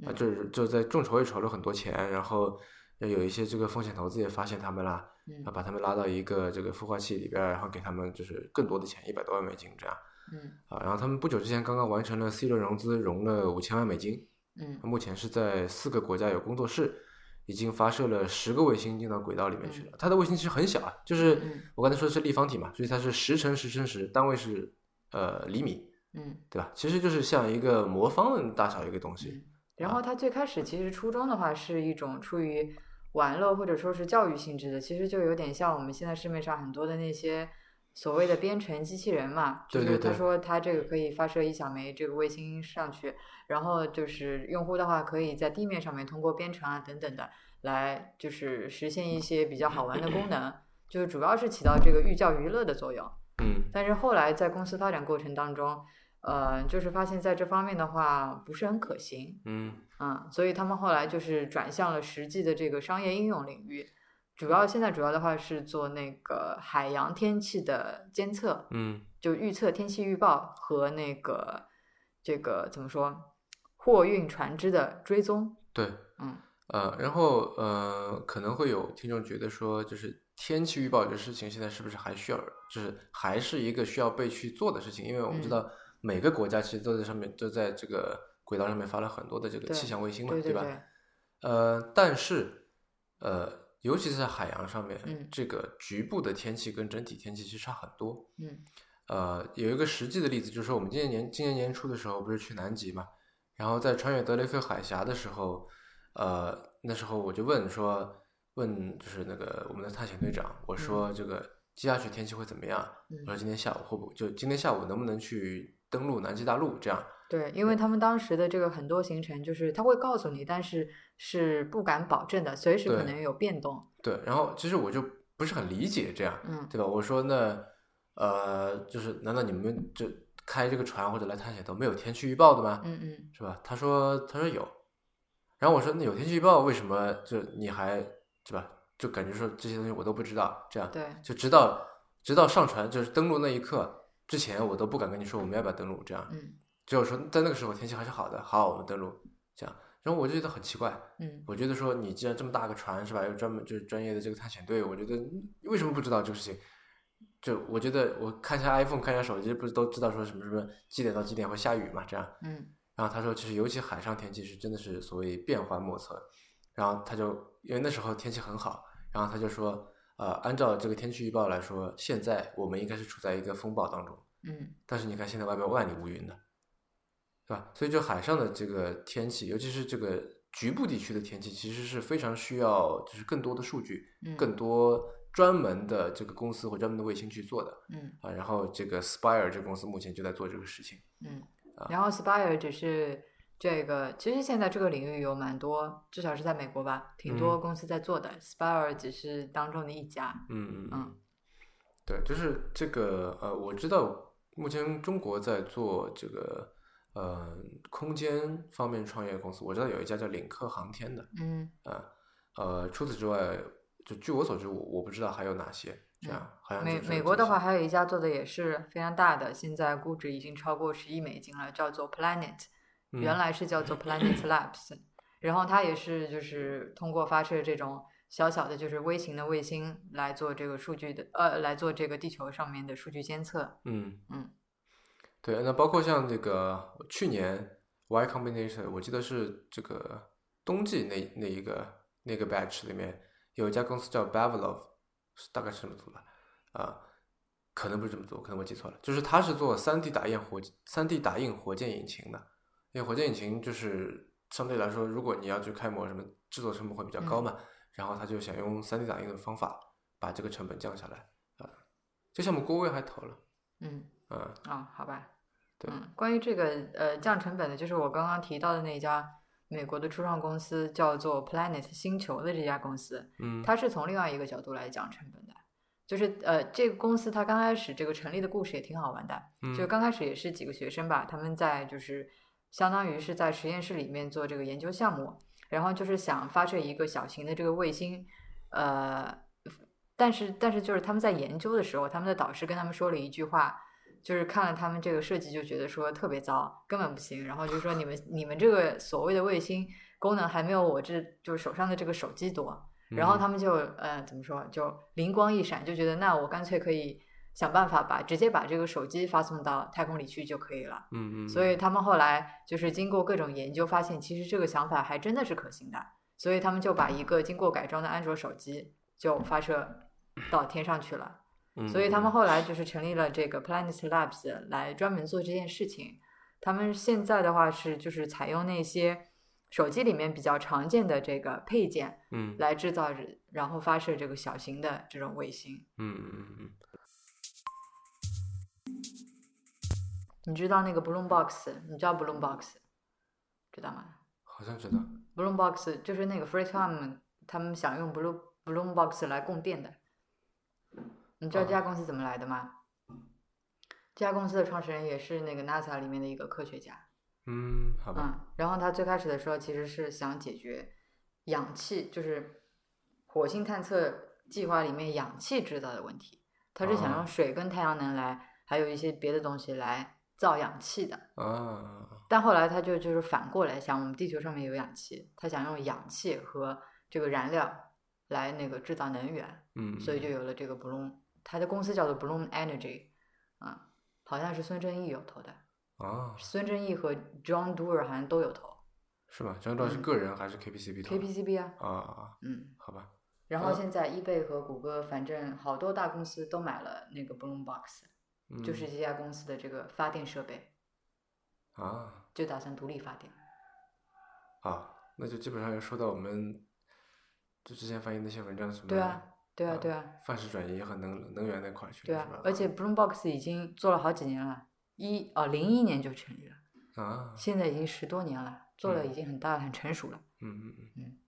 A: 啊，
B: 嗯
A: 就是就在众筹也筹了很多钱，然后有一些这个风险投资也发现他们啦，
B: 嗯
A: 然后把他们拉到一个这个孵化器里边儿，然后给他们就是更多的钱，一百多万美金这样。
B: 嗯
A: 啊，然后他们不久之前刚刚完成了 C 轮融资，融了五千万美金，
B: 嗯
A: 目前是在四个国家有工作室，已经发射了十个卫星进到轨道里面去了。它的卫星其实很小啊，就是
B: 嗯
A: 我刚才说的是立方体嘛，所以它是十乘十乘十，单位是呃厘米，
B: 嗯
A: 对吧？其实就是像一个魔方的大小一个东西。
B: 嗯，然后它最开始其实初衷的话是一种出于玩乐或者说是教育性质的，其实就有点像我们现在市面上很多的那些所谓的编程机器人嘛，就
A: 对对
B: 是他
A: 对
B: 说他这个可以发射一小枚这个卫星上去，然后就是用户的话可以在地面上面通过编程啊等等的来就是实现一些比较好玩的功能，就是主要是起到这个寓教于乐的作用。
A: 嗯
B: 但是后来在公司发展过程当中，呃，就是发现在这方面的话不是很可行，
A: 嗯
B: 嗯，所以他们后来就是转向了实际的这个商业应用领域，主要现在主要的话是做那个海洋天气的监测，
A: 嗯
B: 就预测天气预报和那个这个怎么说，货运船只的追踪，
A: 对，
B: 嗯
A: 呃，然后呃，可能会有听众觉得说，就是天气预报这事情现在是不是还需要，就是还是一个需要被去做的事情？因为我们知
B: 嗯
A: 道每个国家其实都在上面，都在这个轨道上面发了很多的这个
B: 对
A: 气象卫星嘛，
B: 对对
A: 吧？呃，但是呃，尤其是在海洋上面，
B: 嗯
A: 这个局部的天气跟整体天气其实差很多。
B: 嗯
A: 呃，有一个实际的例子，就是说我们今年年今年年初的时候，不是去南极嘛，然后在穿越德雷克海峡的时候，呃，那时候我就问说，问就是那个我们的探险队长，我说这个接下去天气会怎么样？我说
B: 嗯，
A: 今天下午会不就今天下午能不能去登陆南极大陆？这样，
B: 对，因为他们当时的这个很多行程就是他会告诉你，但是是不敢保证的，随时可
A: 对
B: 能有变动，
A: 对，然后其实我就不是很理解这样，
B: 嗯
A: 对吧？我说那呃，就是难道你们这开这个船或者来探险都没有天气预报的吗？
B: 嗯嗯
A: 是吧？他说他说有，然后我说那有天气预报为什么就你还对吧？就感觉说这些东西我都不知道，这样
B: 对。
A: 就直到直到上船就是登陆那一刻之前，我都不敢跟你说我们要不要登陆，这样，
B: 嗯
A: 只有说在那个时候天气还是好的，好，我们登陆，这样，然后我就觉得很奇怪，
B: 嗯
A: 我觉得说你既然这么大个船是吧，又专门就是专业的这个探险队，我觉得为什么不知道这个事情？就我觉得我看一下 iPhone，看一下手机，不是都知道说什么什么几点到几点会下雨嘛？这样，
B: 嗯
A: 然后他说，其实尤其海上天气是真的是所谓变幻莫测。然后他就因为那时候天气很好，然后他就说，呃，按照这个天气预报来说，现在我们应该是处在一个风暴当中。
B: 嗯
A: 但是你看现在外面万里无云的，对吧？所以就海上的这个天气，尤其是这个局部地区的天气，其实是非常需要就是更多的数据，
B: 嗯，
A: 更多专门的这个公司或专门的卫星去做的
B: 嗯
A: 啊。然后这个 Spire 这个公司目前就在做这个事情。
B: 嗯
A: 啊，
B: 然后 Spire 只是这个，其实现在这个领域有蛮多，至少是在美国吧，挺多
A: 嗯
B: 公司在做的，Spire 只是当中的一家。
A: 嗯
B: 嗯，
A: 对，就是这个呃，我知道目前中国在做这个呃空间方面创业公司，我知道有一家叫领克航天的。
B: 嗯
A: 啊，呃，除此之外，就据我所知，我我不知道还有哪些这样，好像
B: 美
A: 就是
B: 美
A: 这
B: 国的
A: 些
B: 话，，还有一家做的也是非常大的，现在估值已经超过十亿美金了，叫做 Planet，
A: 嗯
B: 原来是
A: (laughs)
B: 叫做 Planet Labs，、然后它也是就是通过发射这种小小的就是微型的卫星来做这个数据的，呃，来做这个地球上面的数据监测。
A: 嗯
B: 嗯，
A: 对，那包括像这个去年 Y Combinator，我记得是这个冬季那那一个那个 batch 里面有一家公司叫 Bavelov，是大概是这么读吧，啊。可能不是这么读，可能我记错了。就是它是做 3D 打印火三 D 打印火箭引擎的，因为火箭引擎就是相对来说，如果你要去开模，什么制作成本会比较高嘛，然后他就想用 3D 打印的方法把这个成本降下来啊。这项目郭威还投了，
B: 嗯，
A: 啊，
B: 哦，好吧。
A: 对
B: 嗯，关于这个呃降成本的，就是我刚刚提到的那家美国的初创公司，叫做 Planet 星球的这家公司。
A: 嗯，
B: 它是从另外一个角度来讲成本的，就是呃，这个公司它刚开始这个成立的故事也挺好玩的，
A: 嗯
B: 就刚开始也是几个学生吧，他们在就是相当于是在实验室里面做这个研究项目，然后就是想发射一个小型的这个卫星，呃，但是但是就是他们在研究的时候，他们的导师跟他们说了一句话。就是看了他们这个设计，就觉得说特别糟，根本不行。然后就说你们你们这个所谓的卫星功能还没有我这就是手上的这个手机多。然后他们就呃怎么说，就灵光一闪，就觉得那我干脆可以想办法把直接把这个手机发送到太空里去就可以了。
A: 嗯嗯，
B: 所以他们后来就是经过各种研究，发现其实这个想法还真的是可行的，所以他们就把一个经过改装的安卓手机就发射到天上去了。
A: 嗯
B: 所以他们后来就是成立了这个 Planet Labs 来专门做这件事情。他们现在的话是就是采用那些手机里面比较常见的这个配件，
A: 嗯
B: 来制造人，然后发射这个小型的这种卫星。
A: 嗯嗯嗯嗯，
B: 你知道那个 Bloom Box，你知道 Bloom Box，知道吗
A: 好像知道，
B: ？Bloom Box 就是那个 FreeTime 他们想用 Bloom Bloom Box 来供电的。你知道
A: 哦
B: 这家公司怎么来的吗？这家公司的创始人也是那个 NASA 里面的一个科学家，
A: 嗯，好吧，
B: 嗯，然后他最开始的时候其实是想解决氧气，就是火星探测计划里面氧气制造的问题。他是想
A: 啊
B: 用水跟太阳能来，还有一些别的东西来造氧气的。
A: 啊，
B: 但后来他就就是反过来想，我们地球上面有氧气，他想用氧气和这个燃料来那个制造能源，
A: 嗯，
B: 所以就有了这个 Bloom，他的公司叫做 Bloom Energy，嗯，好像是孙正义有投的，
A: 啊，
B: 孙正义和 John Doerr 好像都有投。
A: 是吧？张照是
B: 嗯
A: 个人还是 KPCB 投的
B: KPCB 啊，
A: 啊？
B: 嗯，
A: 好吧，
B: 然后
A: 呃
B: 现在 eBay 和谷歌，反正好多大公司都买了那个 Bloombox，、
A: 嗯
B: 就是这家公司的这个发电设备，
A: 啊
B: 就打算独立发电。
A: 啊，那就基本上要说到我们就之前翻译那些文章什么，
B: 对啊，对啊，对啊，，
A: 范式转移和能能源那块儿去
B: 对
A: 了，是
B: 啊
A: 吧？，
B: 而且 Bloombox 已经做了好几年了，一哦零一年就成立了，
A: 啊，
B: 现在已经十多年了，做的已经很大了，很成熟了。
A: 嗯嗯嗯
B: 嗯，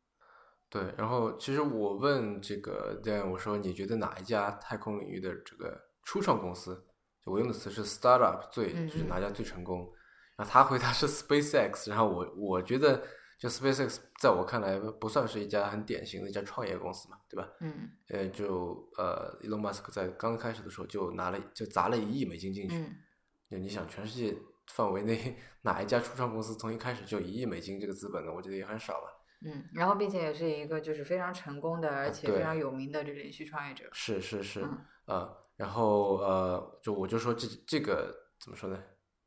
A: 对。然后其实我问这个 Dan，我说你觉得哪一家太空领域的这个初创公司，就我用的词是 startup 最，
B: 嗯
A: 就是
B: 嗯
A: 哪家最成功？然后他回答是 SpaceX，然后我我觉得就 SpaceX 在我看来不算是一家很典型的一家创业公司嘛，对吧？
B: 嗯
A: 呃，就呃，Elon Musk 在刚开始的时候就拿了就砸了一亿美金进去，
B: 嗯
A: 就你想全世界范围内 (laughs) 哪一家初创公司从一开始就一亿美金这个资本呢？我觉得也很少吧。
B: 嗯，然后并且也是一个就是非常成功的，而且
A: 啊对
B: 非常有名的这连续创业者。
A: 是是是，
B: 嗯
A: 呃，然后呃，就我就说这这个怎么说呢？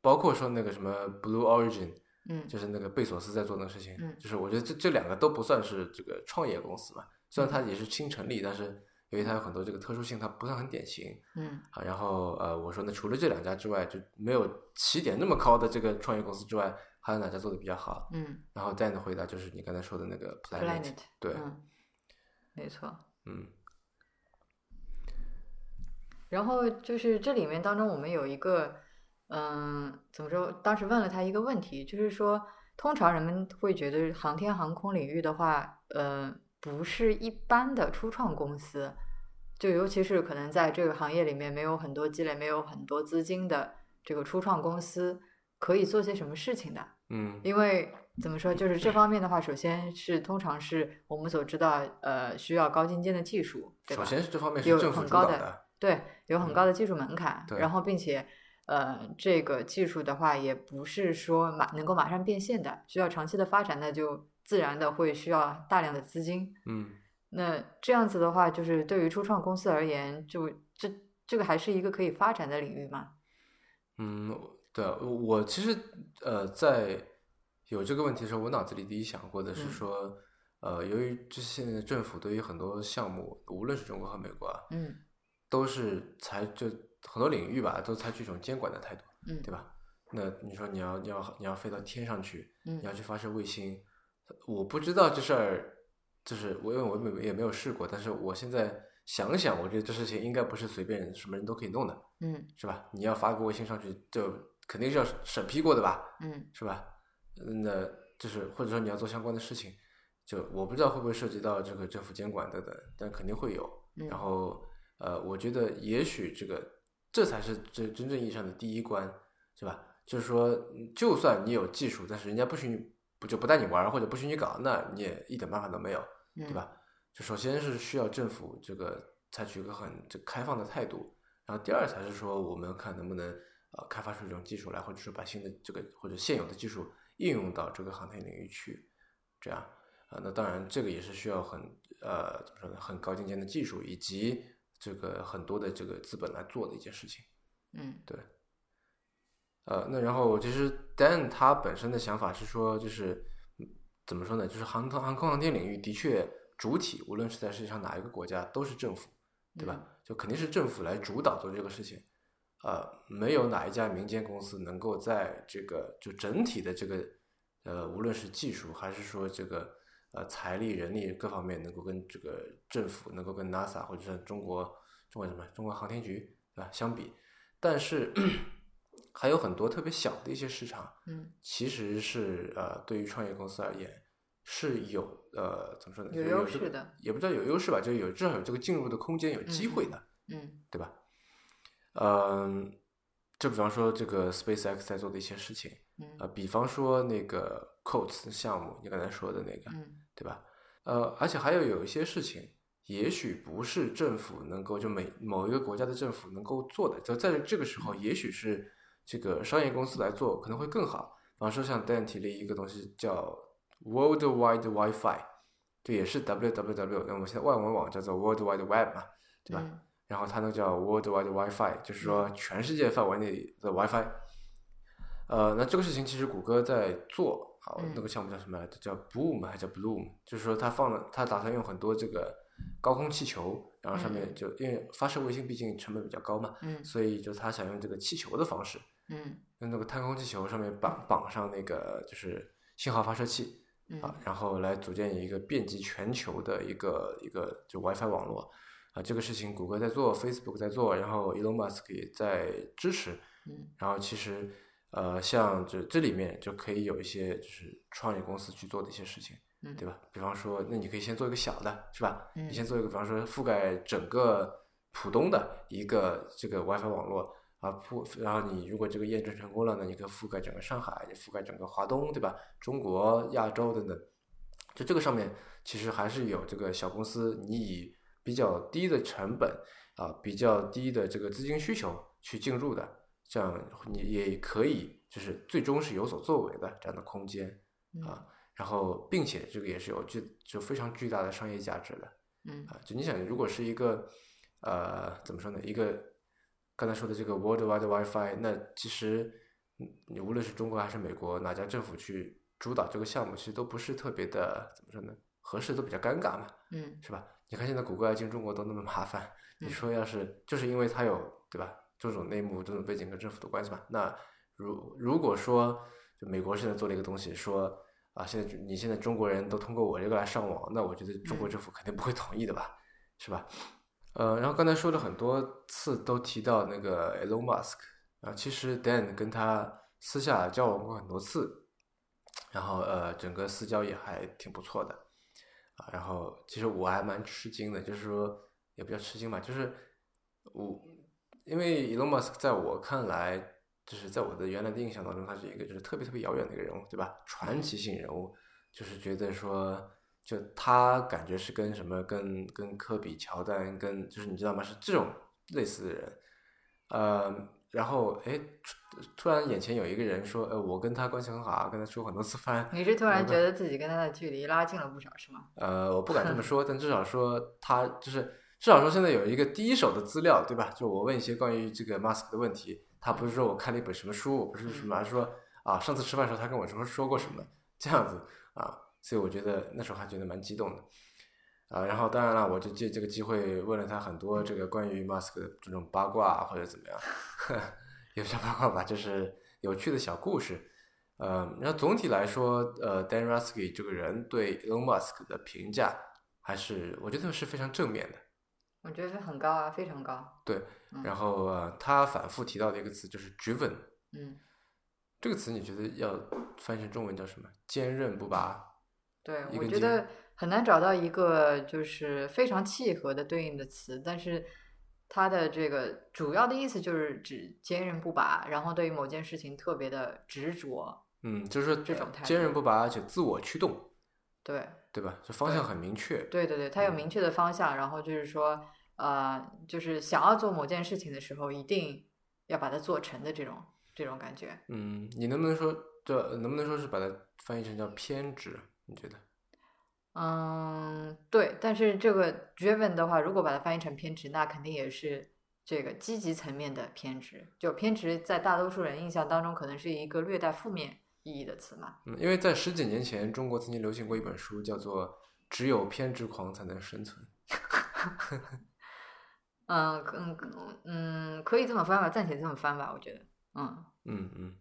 A: 包括说那个什么 Blue Origin，
B: 嗯
A: 就是那个贝索斯在做那个事情，
B: 嗯
A: 就是我觉得这这两个都不算是这个创业公司嘛，虽
B: 嗯
A: 然它也是新成立，但是由于它有很多这个特殊性，它不算很典型
B: 嗯
A: 啊。然后呃，我说那除了这两家之外，就没有起点那么高的这个创业公司之外，还有哪家做的比较好？
B: 嗯
A: 然后 Dan 的回答就是你刚才说的那个 Planet，,
B: ，Planet，
A: 对，
B: 嗯，没错。
A: 嗯
B: 然后就是这里面当中，我们有一个，嗯，怎么说？当时问了他一个问题，就是说，通常人们会觉得航天航空领域的话，呃，不是一般的初创公司，就尤其是可能在这个行业里面没有很多积累、没有很多资金的这个初创公司，可以做些什么事情的？
A: 嗯
B: 因为怎么说，就是这方面的话，首先是通常是我们所知道，呃，需要高精尖的技术，对吧？
A: 首先是这方面是
B: 有
A: 政府
B: 很
A: 主
B: 高
A: 导
B: 的对，有很高的技术门槛，
A: 嗯对
B: 然后并且，呃，这个技术的话也不是说马能够马上变现的，需要长期的发展，那就自然的会需要大量的资金。
A: 嗯
B: 那这样子的话，就是对于初创公司而言，就这这个还是一个可以发展的领域嘛？
A: 嗯，对，我我其实呃，在有这个问题的时候，我脑子里第一想过的是
B: 嗯
A: 说，呃，由于这现在政府对于很多项目，无论是中国和美国啊，
B: 嗯
A: 都是采就很多领域吧，都采取一种监管的态度，
B: 嗯
A: 对吧？那你说你要你要你要飞到天上去，
B: 嗯
A: 你要去发射卫星，我不知道这事儿，就是我因为我也没也没有试过，但是我现在想想，我觉得这事情应该不是随便什么人都可以弄的。
B: 嗯
A: 是吧？你要发个微信上去，就肯定是要审批过的吧，
B: 嗯
A: 是吧？嗯那就是或者说你要做相关的事情，就我不知道会不会涉及到这个政府监管等等，但肯定会有。
B: 嗯，
A: 然后呃，我觉得也许这个这才是这真正意义上的第一关，是吧？就是说，嗯就算你有技术，但是人家不许你不就不带你玩儿或者不许你搞，那你也一点办法都没有。对
B: 对？
A: 吧？就首先是需要政府这个采取一个很这开放的态度，然后第二才是说我们看能不能呃开发出一种技术来，或者说把新的这个或者现有的技术应用到这个航天领域去，这样啊、那当然这个也是需要很呃怎么说呢，很高精尖的技术以及这个很多的这个资本来做的一件事情。
B: 嗯
A: 对，呃，那然后其实 Dan 他本身的想法是说，就是嗯怎么说呢？就是航空航空航天领域的确主体，无论是在世界上哪一个国家，都是政府，对吧？就肯定是政府来主导做这个事情，呃，没有哪一家民间公司能够在这个就整体的这个呃，无论是技术还是说这个呃财力、人力各方面，能够跟这个政府能够跟 NASA 或者是中国中国什么中国航天局对吧相比，但是 (clears throat) 还有很多特别小的一些市场，
B: 嗯，
A: 其实是呃，对于创业公司而言是有呃怎么说呢，
B: 有
A: 就是
B: 优
A: 这
B: 势
A: 个
B: 的，
A: 也不叫有优势吧，就有至少有这个进入的空间，有机会的，
B: 嗯
A: 对吧？嗯，就比方说这个 SpaceX 在做的一些事情，
B: 嗯
A: 呃，比方说那个 COTS 项目，你刚才说的那个，
B: 嗯
A: 对吧？呃，而且还有有一些事情，也许不是政府能够就每某一个国家的政府能够做的，就在这个时候，也许是这个商业公司来做可能会更好。比方说，像 Dan 提了一个东西叫 World Wide WiFi，这也是 WWW，那我们现在外文网叫做 World Wide Web 嘛，对吧？
B: 嗯
A: 然后它那个叫 World Wide WiFi，就是说全世界范围内的 WiFi。呃，那这个事情其实谷歌在做啊
B: 嗯，
A: 那个项目叫什么来着？叫 Bloom 还叫 Bloom？就是说它放了，它打算用很多这个高空气球，然后上面
B: 嗯
A: 就因为发射卫星毕竟成本比较高嘛，
B: 嗯
A: 所以就它想用这个气球的方式，
B: 嗯
A: 用那个太空气球上面绑绑上那个就是信号发射器，啊
B: 嗯，
A: 然后来组建一个遍及全球的一个一个就 WiFi 网络啊，这个事情谷歌在做，Facebook 在做，然后 Elon Musk 也在支持。
B: 嗯
A: 然后其实呃，像这这里面就可以有一些就是创业公司去做的一些事情，
B: 嗯，
A: 对
B: 吧？
A: 吧？比方说，那你可以先做一个小的，是吧？
B: 嗯
A: 你先做一个，比方说覆盖整个浦东的一个这个 WiFi 网络啊铺，然后你如果这个验证成功了呢，你可以覆盖整个上海，你覆盖整个华东，对吧？中国、亚洲等等，就这个上面其实还是有这个小公司，你以比较低的成本啊，比较低的这个资金需求去进入的，这样你也可以就是最终是有所作为的这样的空间
B: 嗯
A: 啊。然后，并且这个也是有巨就非常巨大的商业价值的。
B: 嗯
A: 啊，就你想，如果是一个呃，怎么说呢？一个刚才说的这个 World Wide WiFi，那其实嗯你无论是中国还是美国，哪家政府去主导这个项目，其实都不是特别的怎么说呢？合适都比较尴尬嘛，
B: 嗯
A: 是吧？你看现在谷歌要进中国都那么麻烦，你
B: 嗯
A: 说要是就是因为它有对吧这种内幕、这种背景跟政府的关系嘛？那如如果说就美国现在做了一个东西，说啊，现在你现在中国人都通过我这个来上网，那我觉得中国
B: 嗯
A: 政府肯定不会同意的吧，是吧？呃，然后刚才说了很多次都提到那个 Elon Musk 啊，其实 Dan 跟他私下交往过很多次，然后呃，整个私交也还挺不错的。啊，然后其实我还蛮吃惊的，就是说也不叫吃惊吧，就是我因为 Elon Musk 在我看来，就是在我的原来的印象当中，他是一个就是特别特别遥远的一个人物，对吧？传奇性人物，就是觉得说，就他感觉是跟什么跟跟科比、乔丹，跟就是你知道吗？是这种类似的人，呃，然后哎，突突然眼前有一个人说，呃，我跟他关系很好啊，跟他吃过很多次饭，
B: 你是突然
A: 明白
B: 觉得自己跟他的距离拉近了不少，是吗？
A: 呃，我不敢这么说，但至少说他就是至少说现在有一个第一手的资料，对吧？就我问一些关于这个 Mask 的问题，他不是说我看了一本什么书，我不是什么，而是说啊，上次吃饭的时候他跟我说说过什么这样子啊，所以我觉得那时候还觉得蛮激动的啊。然后当然了，我就借这个机会问了他很多这个关于 Mask 的这种八卦啊或者怎么样， (laughs) 也不叫八卦吧，就是有趣的小故事。呃，那总体来说，呃，Dan Rusky 这个人对 Elon Musk 的评价还是我觉得是非常正面的。
B: 我觉得很高啊，非常高。
A: 对，
B: 嗯
A: 然后呃，他反复提到的一个词就是“driven”，
B: 嗯，
A: 这个词你觉得要翻译成中文叫什么？坚韧不拔。
B: 对，
A: 一
B: 我
A: 根
B: 觉
A: 筋
B: 得很难找到一个就是非常契合的对应的词，但是它的这个主要的意思就是指坚韧不拔，然后对于某件事情特别的执着。
A: 嗯，就是说
B: 这种态
A: 坚
B: 度
A: 韧不拔，而且自我驱动，
B: 对，
A: 对吧？就方向很明确。
B: 对对对，它有
A: 嗯
B: 明确的方向，然后就是说，呃，就是想要做某件事情的时候，一定要把它做成的这种这种感觉。
A: 嗯，你能不能说这能不能说是把它翻译成叫偏执？你觉得？
B: 嗯，对，但是这个 driven 的话，如果把它翻译成偏执，那肯定也是这个积极层面的偏执。就偏执在大多数人印象当中，可能是一个略带负面意义的词嘛。
A: 嗯，因为在十几年前，中国曾经流行过一本书，叫做《只有偏执狂才能生存》。
B: 嗯，可嗯嗯，可以这么翻吧，暂且这么翻吧，我觉得。嗯
A: 嗯嗯，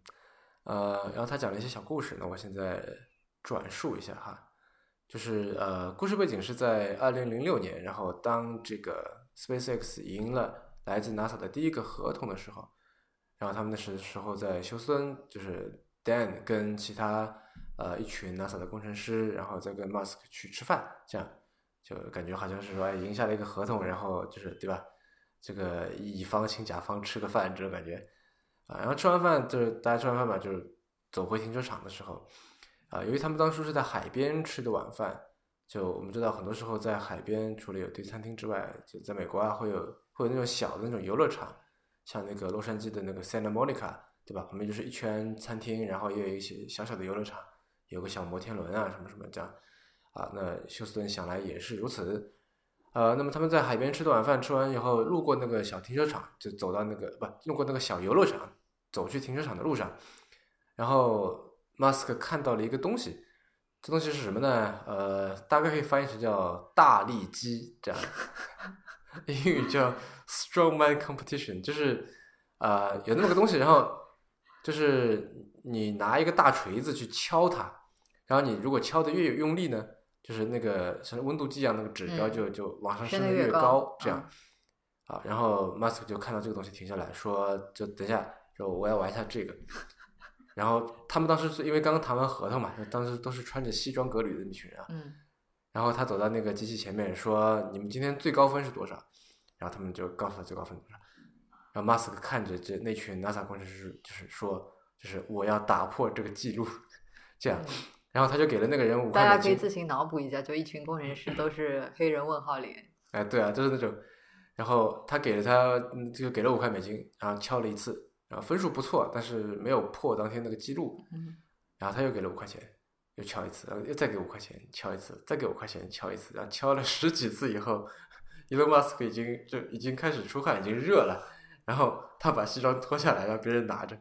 A: 呃，然后他讲了一些小故事，那我现在转述一下哈，就是呃，故事背景是在二零零六年，然后当这个 SpaceX 赢了来自 NASA 的第一个合同的时候，然后他们那时时候在休斯敦，就是 Dan 跟其他呃一群 NASA 的工程师，然后再跟 Musk 去吃饭，这样就感觉好像是说哎赢下了一个合同，然后就是对吧？这个乙方请甲方吃个饭这种感觉啊。然后吃完饭就是大家吃完饭嘛，就是走回停车场的时候啊，由于他们当初是在海边吃的晚饭，就我们知道很多时候在海边除了有地餐厅之外，就在美国啊会有会有那种小的那种游乐场，像那个洛杉矶的那个 Santa Monica 对吧？旁边就是一圈餐厅，然后也有一些小小的游乐场，有个小摩天轮啊什么什么这样。啊，那休斯顿想来也是如此。呃，那么他们在海边吃的晚饭，吃完以后路过那个小停车场，就走到那个不路过那个小游乐场，走去停车场的路上，然后马斯克看到了一个东西，这东西是什么呢？呃，大概可以翻译成叫大力机，这样英语叫 strongman competition，就是呃有那么个东西，然后就是你拿一个大锤子去敲它，然后你如果敲的越有用力呢，就是那个像温度计一样那个指标
B: 嗯
A: 就、就往上
B: 升
A: 升
B: 得越
A: 越
B: 高
A: 这样。
B: 嗯
A: 啊，然后 Musk 就看到这个东西停下来说，就等一下，说我要玩一下这
B: (laughs)
A: 个。然后他们当时是因为刚刚谈完合同嘛，当时都是穿着西装革履的那群人啊。
B: 嗯
A: 然后他走到那个机器前面说：“你们今天最高分是多少？”然后他们就告诉他最高分是多少。然后马斯克看着这那群 NASA 工程师，就是说，就是我要打破这个记录， (laughs) 这样。然后他就给了那个人五
B: 大
A: 块
B: 家
A: 美
B: 可以
A: 金。
B: 自行脑补一下，就一群工程师都是黑人问号脸，
A: 哎，对啊，就是那种，然后他给了他，嗯就给了五块美金，然后敲了一次，然后分数不错，但是没有破当天那个记录，
B: 嗯，
A: 然后他又给了五块钱，又敲一次，然后又再给五块钱，敲一次，再给五块钱，敲一次，然后敲了十几次以后，Elon Musk 已经就已经开始出汗，已经热了，然后他把西装脱下来让别人拿着，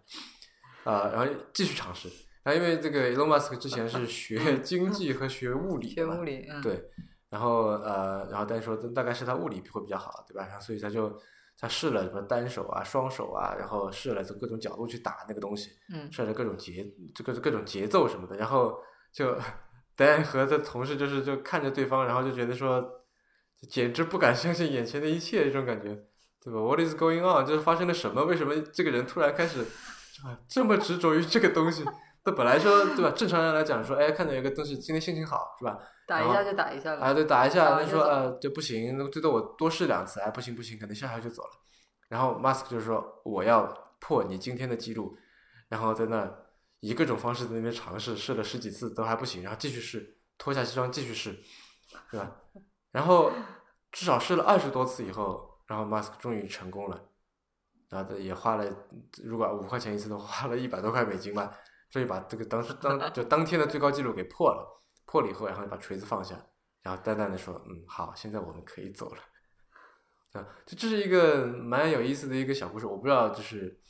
A: 啊、然后继续尝试，然后因为这个 Elon Musk 之前是学经济和学物理
B: 学
A: 的嘛，
B: 物理，嗯，
A: 对，然后呃，然后但是说大概是他物理会比较好，对吧？然后所以他就他试了什么单手啊、双手啊，然后试了从各种角度去打那个东西，
B: 嗯，
A: 试了各种节这个各种节奏什么的，然后就丹和他同事就是就看着对方，然后就觉得说简直不敢相信眼前的一切这种感觉，对吧？What is going on？就是发生了什么？为什么这个人突然开始啊这么执着于这个东西？那本来说对吧？正常人来讲说，哎，看到有个东西，今天心情好是吧？
B: 打一
A: 然后
B: 下就打一下
A: 啊，
B: 了，
A: 对，打一
B: 打
A: 下，
B: 完
A: 他
B: 就
A: 说
B: 走
A: 呃，这不行，那最多我多试两次，哎，不行不行，可能下来就走了。然后 Mask 就说我要破你今天的记录，然后在那儿以各种方式在那边尝试，试了十几次都还不行，然后继续试，脱下西装继续试，对吧？然后至少试了二十多次以后，然后 Mask 终于成功了，然后也花了，如果五块钱一次的话，花了一百多块美金吧，终于把这个当时当就当天的最高纪录给破了，破了以后，然后就把锤子放下，然后淡淡的说，嗯，好，现在我们可以走了。啊，这这是一个蛮有意思的一个小故事，我不知道就是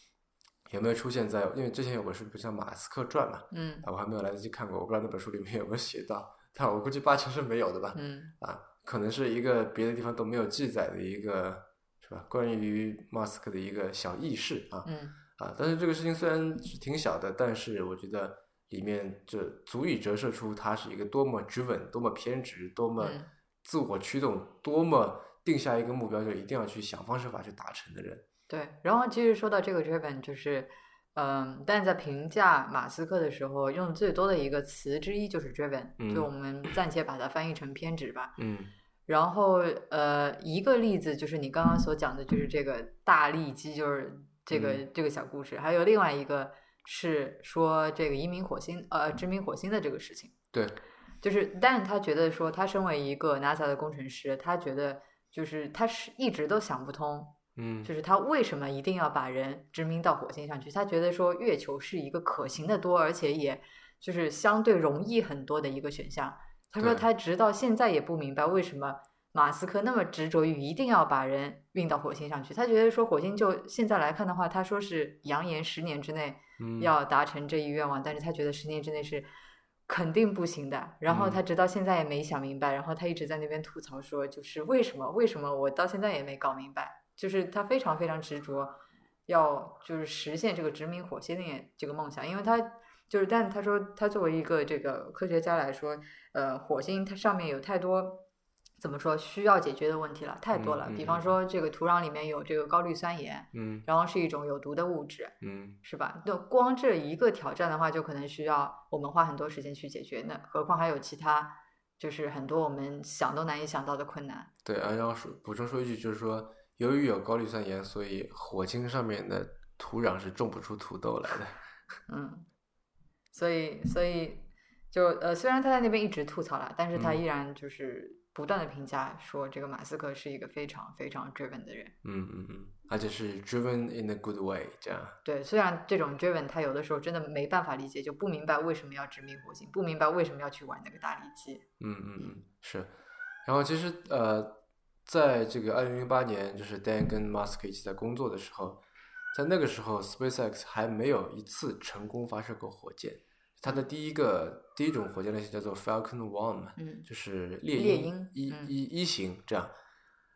A: 有没有出现在，因为之前有本书不像《马斯克传》嘛，
B: 嗯
A: 啊，我还没有来得及看过，我不知道那本书里面有没有写到，但我估计八成是没有的吧。
B: 嗯
A: 啊，可能是一个别的地方都没有记载的一个，是吧？关于 Musk 的一个小轶事啊
B: 嗯
A: 啊！但是这个事情虽然是挺小的，但是我觉得里面这足以折射出他是一个多么直稳、多么偏执、多么
B: 嗯
A: 自我驱动、多么定下一个目标就一定要去想方设法去达成的人。
B: 对。然后其实说到这个 driven，就是，嗯，但在评价马斯克的时候，用最多的一个词之一就是 driven，、
A: 嗯
B: 就我们暂且把它翻译成偏执吧。
A: 嗯
B: 然后呃，一个例子就是你刚刚所讲的，就是这个大力机，就是这个、
A: 嗯
B: 这个小故事，还有另外一个是说这个移民火星，呃，殖民火星的这个事情。
A: 对，
B: 就是，但是他觉得说，他身为一个 NASA 的工程师，他觉得就是他是一直都想不通，
A: 嗯
B: 就是他为什么一定要把人殖民到火星上去？他觉得说月球是一个可行的多，而且也就是相对容易很多的一个选项。他说
A: 对
B: 他直到现在也不明白为什么马斯克那么执着于一定要把人运到火星上去。他觉得说火星就现在来看的话，他说是扬言十年之内
A: 嗯，
B: 要达成这一愿望，但是他觉得十年之内是肯定不行的。然后
A: 嗯
B: 他直到现在也没想明白，然后他一直在那边吐槽说，就是为什么为什么我到现在也没搞明白，就是他非常非常执着要就是实现这个殖民火星的这个梦想，因为他就是，但他说他作为一个这个科学家来说，呃，火星它上面有太多。怎么说需要解决的问题了，太多
A: 嗯
B: 了。
A: 嗯
B: 比
A: 嗯
B: 方说，这个土壤里面有这个高氯酸盐，
A: 嗯
B: 然后是一种有毒的物质，
A: 嗯
B: 是吧？那光这一个挑战的话，就可能需要我们花很多时间去解决，那何况还有其他，就是很多我们想都难以想到的困难。
A: 对，啊，然后说补充说一句，就是说由于有高氯酸盐，所以火星上面的土壤是种不出土豆来的。
B: 嗯，所以，所以就呃，虽然他在那边一直吐槽了，但是他
A: 嗯
B: 依然就是不断的评价说，这个马斯克是一个非常非常 driven 的人。
A: 嗯嗯嗯，而且是 driven in a good way 这样。
B: 对，虽然这种 driven 他有的时候真的没办法理解，就不明白为什么要殖民火星，不明白为什么要去玩那个大力机。
A: 嗯嗯嗯，是。然后其实呃，在这个二零零八年，就是 Dan 跟 Musk 一起在工作的时候，在那个时候，SpaceX 还没有一次成功发射过火箭。它的第一个第一种火箭类型叫做 Falcon One 嘛，
B: 嗯
A: 就是猎
B: 猎
A: 鹰
B: 鹰
A: 一
B: 嗯
A: 一一型这样。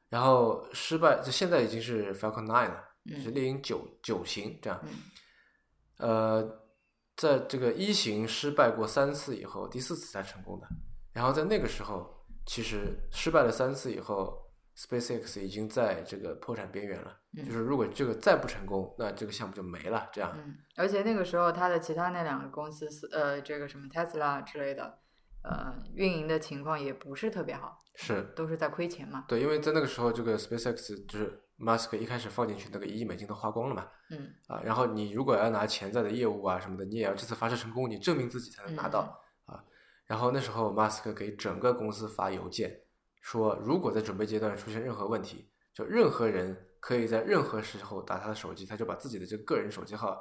A: 然后失败，就现在已经是 Falcon Nine 了，就是
B: 嗯
A: 猎鹰九九型这样。
B: 嗯
A: 呃，在这个一型失败过三次以后，第四次才成功的。然后在那个时候，其实失败了三次以后，SpaceX 已经在这个破产边缘了。
B: 嗯
A: 就是如果这个再不成功，那这个项目就没了。这样，
B: 嗯，而且那个时候他的其他那两个公司是，呃，这个什么 Tesla 之类的，呃，运营的情况也不是特别好，
A: 是
B: 都是在亏钱嘛。
A: 对，因为在那个时候，这个 SpaceX 就是 Mask 一开始放进去那个一亿美金都花光了嘛，
B: 嗯
A: 啊，然后你如果要拿潜在的业务啊什么的，你也要这次发射成功，你证明自己才能拿到、啊。然后那时候 Mask 给整个公司发邮件说，如果在准备阶段出现任何问题，就任何人可以在任何时候打他的手机，他就把自己的这个个人手机号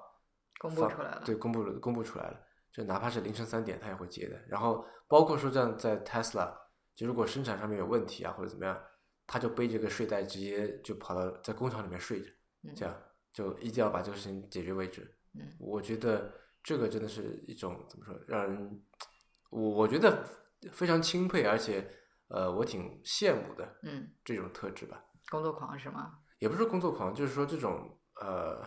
B: 公布
A: 放
B: 出来了
A: 对，公布了公布出来了。就哪怕是凌晨三点，他也会接的。然后包括说这样在 Tesla，就如果生产上面有问题啊或者怎么样，他就背着个睡袋直接就跑到在工厂里面睡着。
B: 嗯
A: 这样就一定要把这个事情解决为止。
B: 嗯
A: 我觉得这个真的是一种怎么说，让人我我觉得非常钦佩，而且呃，我挺羡慕的
B: 嗯，
A: 这种特质吧。
B: 工作狂是吗？
A: 也不是工作狂，就是说这种呃，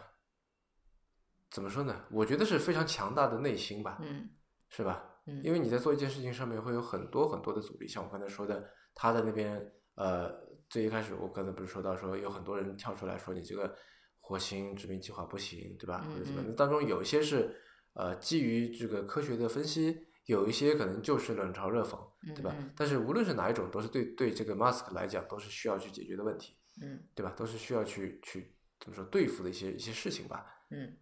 A: 怎么说呢？我觉得是非常强大的内心吧，
B: 嗯
A: 是吧？
B: 嗯，
A: 因为你在做一件事情上面会有很多很多的阻力，像我刚才说的，他在那边呃，最一开始我刚才不是说到说有很多人跳出来说你这个火星殖民计划不行，对吧？
B: 嗯
A: 或者怎么样？
B: 嗯
A: 那当中有一些是呃基于这个科学的分析，有一些可能就是冷嘲热讽，对吧？
B: 嗯
A: 但是无论是哪一种，都是对对这个 Mask 来讲都是需要去解决的问题，
B: 嗯
A: 对吧？都是需要去去怎么说对付的一些一些事情吧。
B: 嗯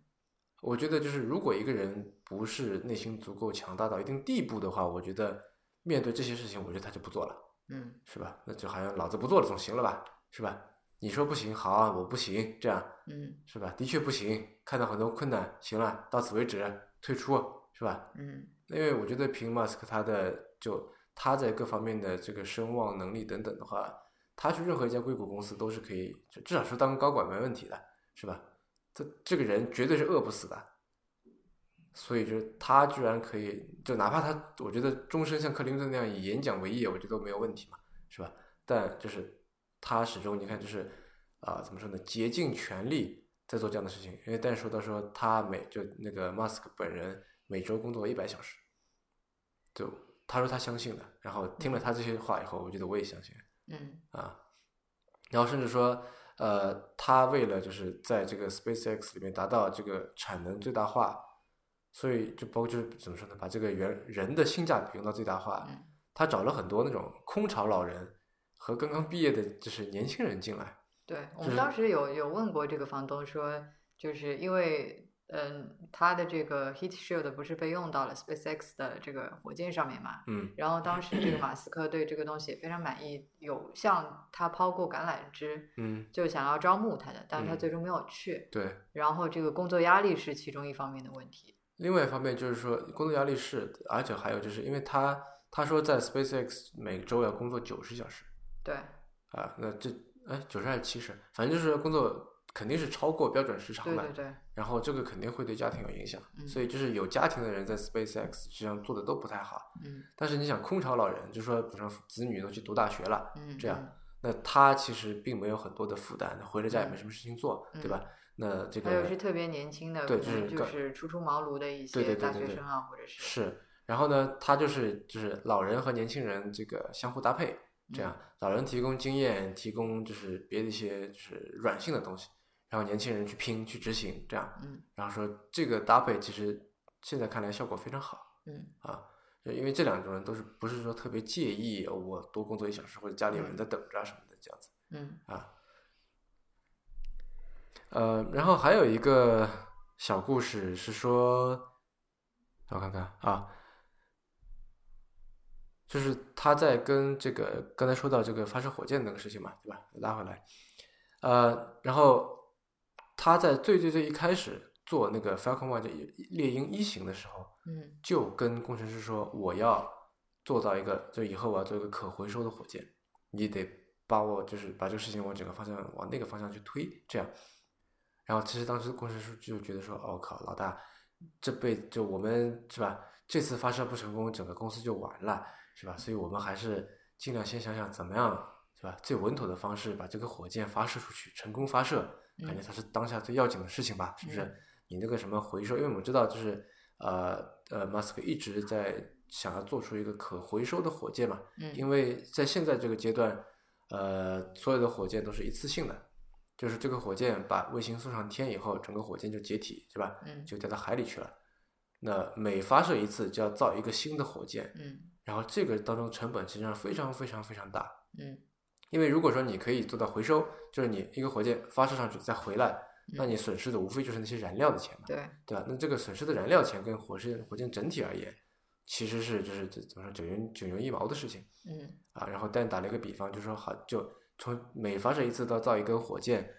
A: 我觉得就是，如果一个人不是内心足够强大到一定地步的话，我觉得面对这些事情，我觉得他就不做了，
B: 嗯
A: 是吧？那就好像老子不做了总行了吧，是吧？你说不行，好啊，我不行，这样
B: 嗯
A: 是吧？的确不行，看到很多困难，行了，到此为止，退出，是吧？
B: 嗯
A: 因为我觉得凭 Musk 他的就他在各方面的这个声望能力等等的话，他去任何一家硅谷公司都是可以，就至少是当高管没问题的，是吧？这这个人绝对是饿不死的，所以就是他居然可以，就哪怕他我觉得终身像克林顿那样以演讲为业，我觉得都没有问题嘛，是吧？但就是他始终你看就是啊、怎么说呢，竭尽全力在做这样的事情，因为但是说到说他每就那个 Musk 本人每周工作一百小时，就他说他相信的，然后听了他这些话以后，我觉得我也相信
B: 嗯
A: 啊，然后甚至说呃，他为了就是在这个 SpaceX 里面达到这个产能最大化。所以就包括就是怎么说呢，把这个原人的性价比用到最大化，
B: 嗯
A: 他找了很多那种空巢老人和刚刚毕业的，就是年轻人进来。
B: 对，我
A: 就
B: 们
A: 是
B: 当时有有问过这个房东说，就是因为嗯，他的这个 Heat Shield 不是被用到了 SpaceX 的这个火箭上面嘛？
A: 嗯
B: 然后当时这个马斯克对这个东西也非常满意，有向他抛过橄榄枝，
A: 嗯，
B: 就想要招募他的，但是他
A: 嗯
B: 最终没有去。
A: 对。
B: 然后这个工作压力是其中一方面的问题。
A: 另外一方面就是说，工作压力是，而且还有就是，因为他他说在 SpaceX 每周要工作九十小时
B: 对，
A: 啊，那这哎九十还是七十，反正就是工作肯定是超过标准时长
B: 对
A: 的。
B: 对对，
A: 然后这个肯定会对家庭有影响，
B: 嗯
A: 所以就是有家庭的人在 SpaceX 实际上做的都不太好。
B: 嗯
A: 但是你想，空巢老人，就说比如说子女都去读大学了，
B: 嗯，
A: 这样
B: 嗯
A: 那他其实并没有很多的负担，回了家也没什么事情做，对吧？那这
B: 嗯还有是
A: 个
B: 特别年轻的，
A: 对
B: 可
A: 就
B: 能
A: 是
B: 就
A: 个
B: 是初出茅庐的一
A: 对
B: 些
A: 对对
B: 大
A: 对
B: 学
A: 对
B: 生啊，或者是
A: 是，然后呢，他就是就是老人和年轻人这个相互搭配，
B: 嗯
A: 这样老人提供经验，提供就是别的一些就是软性的东西，然后年轻人去拼去执行，这样，
B: 嗯
A: 然后说这个搭配其实现在看来效果非常好。
B: 嗯
A: 啊，就因为这两种人都是不是说特别介意呃我多工作一小时或者家里有人在等着啊什么的这样子
B: 嗯
A: 啊。呃，然后还有一个小故事是说，让我看看啊，就是他在跟这个刚才说到这个发射火箭那个事情嘛，对吧？拉回来，呃，然后他在最最最一开始做那个 Falcon 1的猎鹰一型的时候，
B: 嗯
A: 就跟工程师说，我要做到一个，就以后我要做一个可回收的火箭，你得把我就是把这个事情往整个方向往那个方向去推，这样。然后其实当时工程师就觉得说，哦靠，老大，这辈子就我们是吧？这次发射不成功，整个公司就完了，是吧？所以我们还是尽量先想想怎么样。是吧？最稳妥的方式把这个火箭发射出去，成功发射，感觉
B: 嗯
A: 它是当下最要紧的事情吧？是不是？
B: 嗯
A: 你那个什么回收，因为我们知道就是呃呃马斯克一直在想要做出一个可回收的火箭嘛，
B: 嗯，
A: 因为在现在这个阶段，呃，所有的火箭都是一次性的，就是这个火箭把卫星送上天以后，整个火箭就解体，是吧？
B: 嗯
A: 就掉到海里去了。那每发射一次就要造一个新的火箭，
B: 嗯
A: 然后这个当中成本实际上非常非常非常大，
B: 嗯
A: 因为如果说你可以做到回收，就是你一个火箭发射上去再回来，那你损失的无非就是那些燃料的钱嘛，
B: 对，
A: 对吧？那这个损失的燃料钱跟火箭火箭整体而言，其实是就是怎怎么说九牛九牛一毛的事情
B: 嗯
A: 啊。然后但打了一个比方，就说好就从每发射一次到造一根火箭，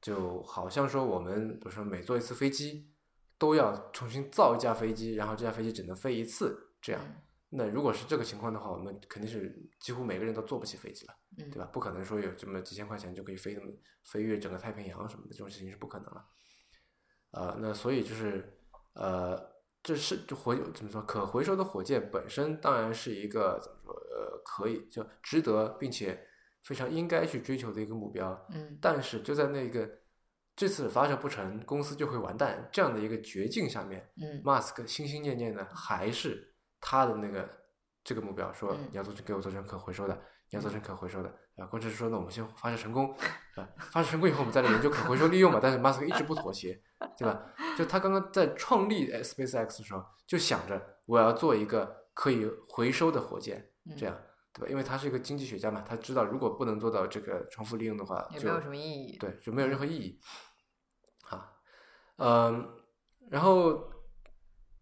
A: 就好像说我们比如说每做一次飞机，都要重新造一架飞机，然后这架飞机只能飞一次这样。
B: 嗯
A: 那如果是这个情况的话，我们肯定是几乎每个人都坐不起飞机了，
B: 嗯，
A: 对吧？不可能说有这么几千块钱就可以飞那么飞越整个太平洋什么的，这种事情是不可能了。呃，那所以就是呃，这是就火怎么说？可回收的火箭本身当然是一个怎么说？呃，可以就值得并且非常应该去追求的一个目标。
B: 嗯
A: 但是就在那个这次发射不成，公司就会完蛋这样的一个绝境下面，
B: 嗯
A: m a s k 心心念念的还是他的那个这个目标，说
B: 嗯
A: 你要做给我做成可回收的，你要做成可回收的。啊，工程师说，那我们先发射成功，啊，发射成功以后我们再来研究可回收利用嘛。但是 Musk 一直不妥协，对吧？就他刚刚在创立呃 SpaceX 的时候，就想着我要做一个可以回收的火箭，
B: 嗯
A: 这样对吧？因为他是一个经济学家嘛，他知道如果不能做到这个重复利用的话，
B: 嗯也
A: 就
B: 没有什么意义，
A: 对，就没有任何意义。啊，嗯，然后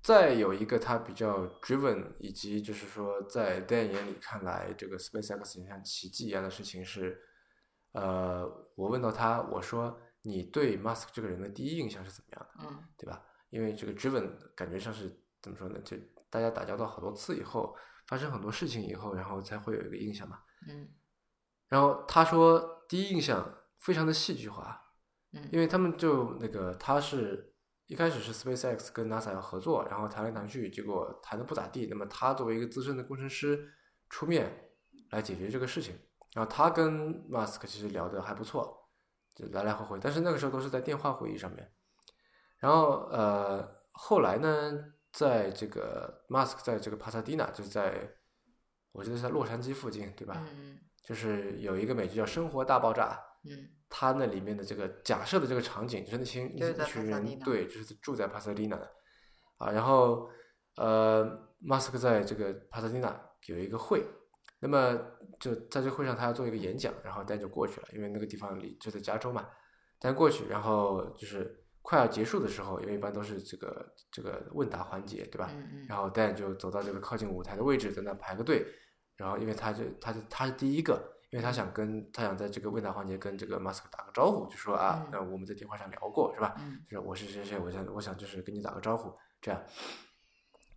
A: 再有一个他比较 driven，以及就是说在 Dan 眼里看来，这个 SpaceX 也像奇迹一样的事情是，呃，我问到他，我说你对 Musk 这个人的第一印象是怎么样的？
B: 嗯
A: 对吧？因为这个 driven 感觉像是怎么说呢？就大家打交道好多次以后，发生很多事情以后，然后才会有一个印象嘛。
B: 嗯
A: 然后他说第一印象非常的戏剧化，
B: 嗯，
A: 因为他们就那个他是一开始是 SpaceX 跟 NASA 要合作，然后谈来谈去，结果谈的不咋地。那么他作为一个资深的工程师出面来解决这个事情，然后他跟 Musk 其实聊得还不错，就来来回回，但是那个时候都是在电话会议上面。然后呃，后来呢，在这个 Musk 在这个帕萨迪纳，就是在我记得是在洛杉矶附近，对吧？
B: 嗯
A: 就是有一个美剧叫《生活大爆炸》。
B: 嗯
A: 它那里面的这个假设的这个场景，就是那些一
B: 就是在
A: 一群
B: 帕萨
A: 人
B: 迪纳
A: 对，就是住在帕萨蒂纳的啊。然后呃，马斯克在这个帕萨蒂纳有一个会，那么就在这个会上他要做一个演讲，然后但就过去了，因为那个地方离就在加州嘛。但过去，然后就是快要结束的时候，因为一般都是这个这个问答环节，对吧？
B: 嗯
A: 然后 Dan 就走到这个靠近舞台的位置，在那排个队。然后因为他就他就他是第一个，因为他想跟他想在这个问答环节跟这个马斯克打个招呼，就说啊，
B: 嗯
A: 那我们在电话上聊过是吧？
B: 嗯
A: 就是我是谁谁，我想我想就是跟你打个招呼这样。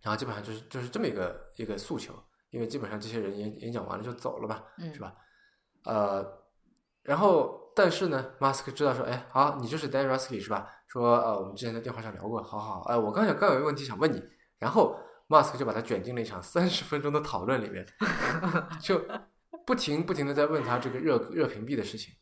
A: 然后基本上就是就是这么一个一个诉求，因为基本上这些人演演讲完了就走了嘛，
B: 嗯，
A: 是？吧？呃，然后但是呢，马斯克知道说，哎，好，你就是 Dan Rusky 是吧？说呃，我们之前在电话上聊过，好好，好哎，我刚想刚有一个问题想问你，然后马斯克就把他卷进了一场三十分钟的讨论里面， (laughs) 就不停不停的在问他这个热热屏蔽的事情，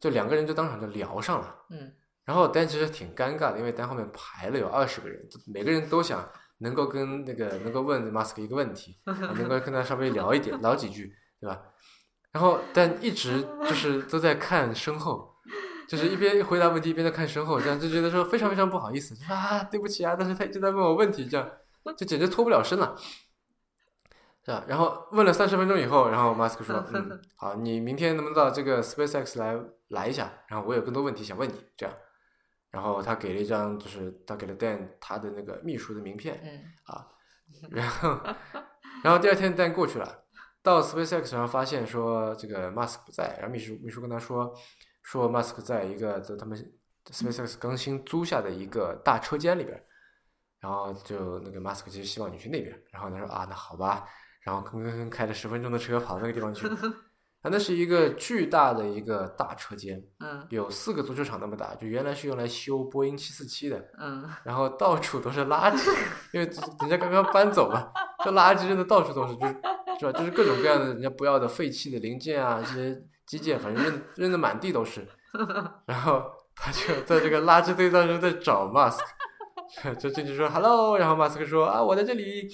A: 就两个人就当场就聊上了。
B: 嗯
A: 然后丹其实挺尴尬的，因为丹后面排了有二十个人，每个人都想能够跟那个能够问马斯克一个问题，能够跟他稍微聊一点聊几句，对吧？然后但一直就是都在看身后，就是一边回答问题一边在看身后，这样就觉得说非常非常不好意思，就说啊对不起啊，但是他一直在问我问题，这样就简直脱不了身了。是吧？然后问了三十分钟以后，然后马斯克说：“嗯，好，你明天能不能到这个 SpaceX 来来一下？然后我有更多问题想问你。”这样，然后他给了一张，就是他给了 Dan 他的那个秘书的名片，
B: 嗯
A: 然后，然后第二天 Dan 过去了，到 SpaceX 上发现说这个 Musk 不在，然后秘书秘书跟他说，说 Musk 在一个就他们 SpaceX 刚新租下的一个大车间里边儿，然后就那个 Musk 其实希望你去那边儿，然后他说啊那好吧，然后吭吭吭开了十分钟的车跑到那个地方去，啊那是一个巨大的一个大车间，
B: 嗯
A: 有四个足球场那么大，就原来是用来修波音七四七的，
B: 嗯
A: 然后到处都是垃圾，因为人家刚刚搬走嘛，这垃圾真的到处都是，就是是吧？就是各种各样的人家不要的废弃的零件啊，这些机件，反正扔扔的满地都是。然后他就在这个垃圾堆当中在找 Musk，就进去说 “hello”，然后 Musk 说“啊，我在这里”，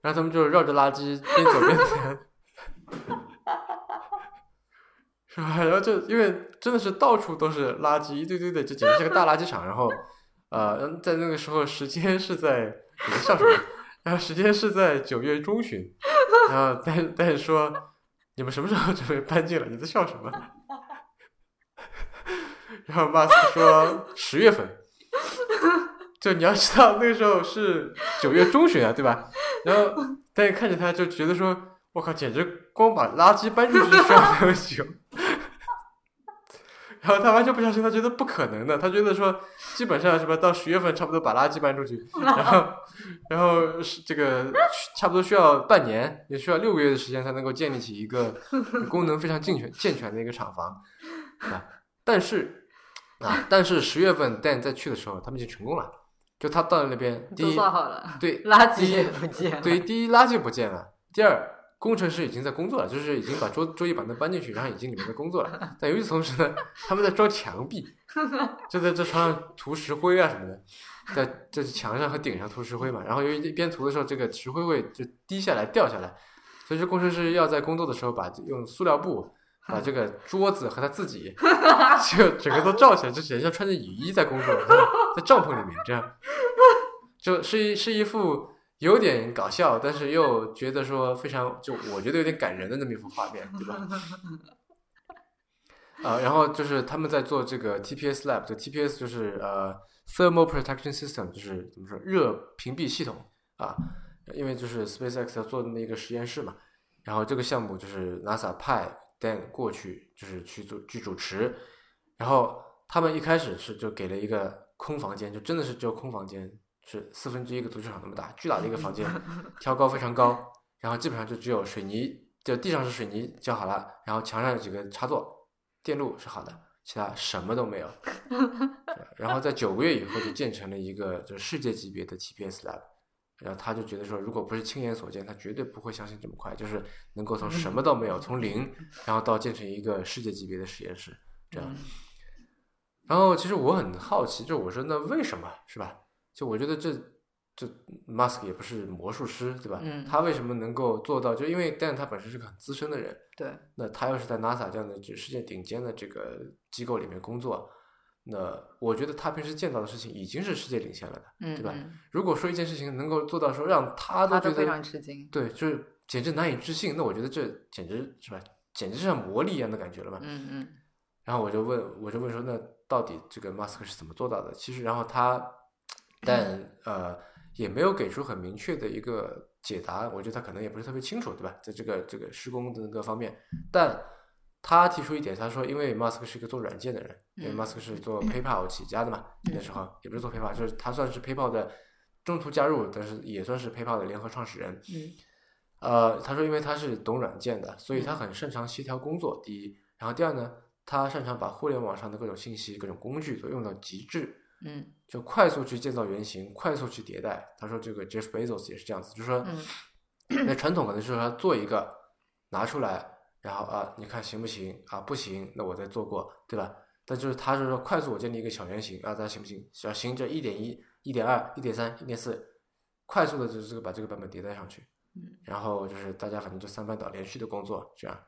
A: 然后他们就绕着垃圾边走边填。 (laughs) 是吧？然后就因为真的是到处都是垃圾，一堆堆的，就简直是个大垃圾场。然后呃，在那个时候，时间是在你啊在笑什么？然后时间是在九月中旬，然后但但是说你们什么时候 (laughs) 准备搬进来？你在笑什么？ (laughs) 然后马斯克说十月份， (laughs) 就你要知道那个时候是九月中旬啊，对吧？然
B: (laughs)
A: 后但是看着他就觉得说，我靠，简直光把垃圾搬出去需要多久？ (laughs) 然后他完全不相信，他觉得不可能的，他觉得说基本上什么到十月份差不多把垃圾搬出
B: (laughs)
A: 去，然后然后是这个差不多需要半年，也需要六个月的时间才能够建立起一
B: (laughs)
A: 个功能非常健全健全的一个厂房啊。但是啊，但是十月份 Dan 再去的时候，他们已经成功了，就他到了那边，第
B: 都
A: 一
B: 算好了，
A: 对
B: 垃
A: 第
B: 圾
A: 一
B: 也不见了，
A: 对，第一垃圾不见了，第二工程师已经在工作了，就是已经把桌桌椅板凳搬进去，然后已经里面在工作了。但与此同时呢，他们在装墙壁，就在这床上涂石灰啊什么的，在在墙上和顶上涂石灰嘛。然后由于一边涂的时候，这个石灰会就滴下来掉下来，所以说工程师要在工作的时候把用塑料布。把这个桌子和他自己，就整个都罩起来，就人像穿着雨衣在工作，在帐篷里面这样，就是一是一副有点搞笑，但是又觉得说非常就我觉得有点感人的那么一幅画面，对吧？ (laughs) 啊、然后就是他们在做这个 TPS Lab，就 TPS 就是呃 Thermal Protection System，就是怎么说热屏蔽系统啊，因为就是 SpaceX 要做那么一个实验室嘛，然后这个项目就是 NASA 派 Dan 过去就是去做去主持，然后他们一开始是就给了一个空房间，就真的是只有空房间，是四分之一个足球场那么大，巨大的一个房间，挑高非常高，然后基本上就只有水泥，就地上是水泥浇好了，然后墙上有几个插座，电路是好的，其他什么都没有。然后在九个月以后就建成了一个就是世界级别的 TPS lab。然后他就觉得说，如果不是亲眼所见，他绝对不会相信这么快，就是能够从什么都没有，从零，然后到建成一个世界级别的实验室，这
B: 嗯
A: 样。然后其实我很好奇，就我说那为什么是吧？就我觉得这这 Musk 也不是魔术师对吧？
B: 嗯
A: 他为什么能够做到？就因为但他本身是个很资深的人，
B: 对，
A: 那他又是在 NASA 这样的这世界顶尖的这个机构里面工作，那我觉得他平时见到的事情已经是世界领先了的。
B: 嗯，
A: 对吧
B: 嗯
A: 如果说一件事情能够做到说让他都
B: 他
A: 觉
B: 都非
A: 得
B: 常吃惊，
A: 对，就是简直难以置信，那我觉得这简直是吧，简直像魔力一样的感觉了嘛。
B: 嗯嗯
A: 然后我就问，我就问说，那到底这个马斯克是怎么做到的？其实，然后他，但呃，也没有给出很明确的一个解答。我觉得他可能也不是特别清楚，对吧？在这个这个施工的各方面，但他提出一点，他说，因为马斯克是一个做软件的人，因为
B: 嗯
A: 马斯克是做 PayPal 起家的嘛，那时候也不是做 PayPal，就是他算是 PayPal 的中途加入，但是也算是 PayPal 的联合创始人。
B: 嗯
A: 呃，他说因为他是懂软件的，所以他很擅长协调工作。第一，然后第二呢，他擅长把互联网上的各种信息、各种工具都用到极致，
B: 嗯
A: 就快速去建造原型，快速去迭代。他说这个 Jeff Bezos 也是这样子，就是说，
B: 嗯
A: (clears throat) 那传统可能是说他做一个拿出来，然后啊，你看行不行啊？不行，那我再做过，对吧？但就是他是说快速我建立一个小原型啊，它行不行？小行这一点一、一点二、一点三、一点四，快速的就是这个把这个版本迭代上去。
B: 嗯
A: 然后就是大家反正就三班倒连续的工作这样。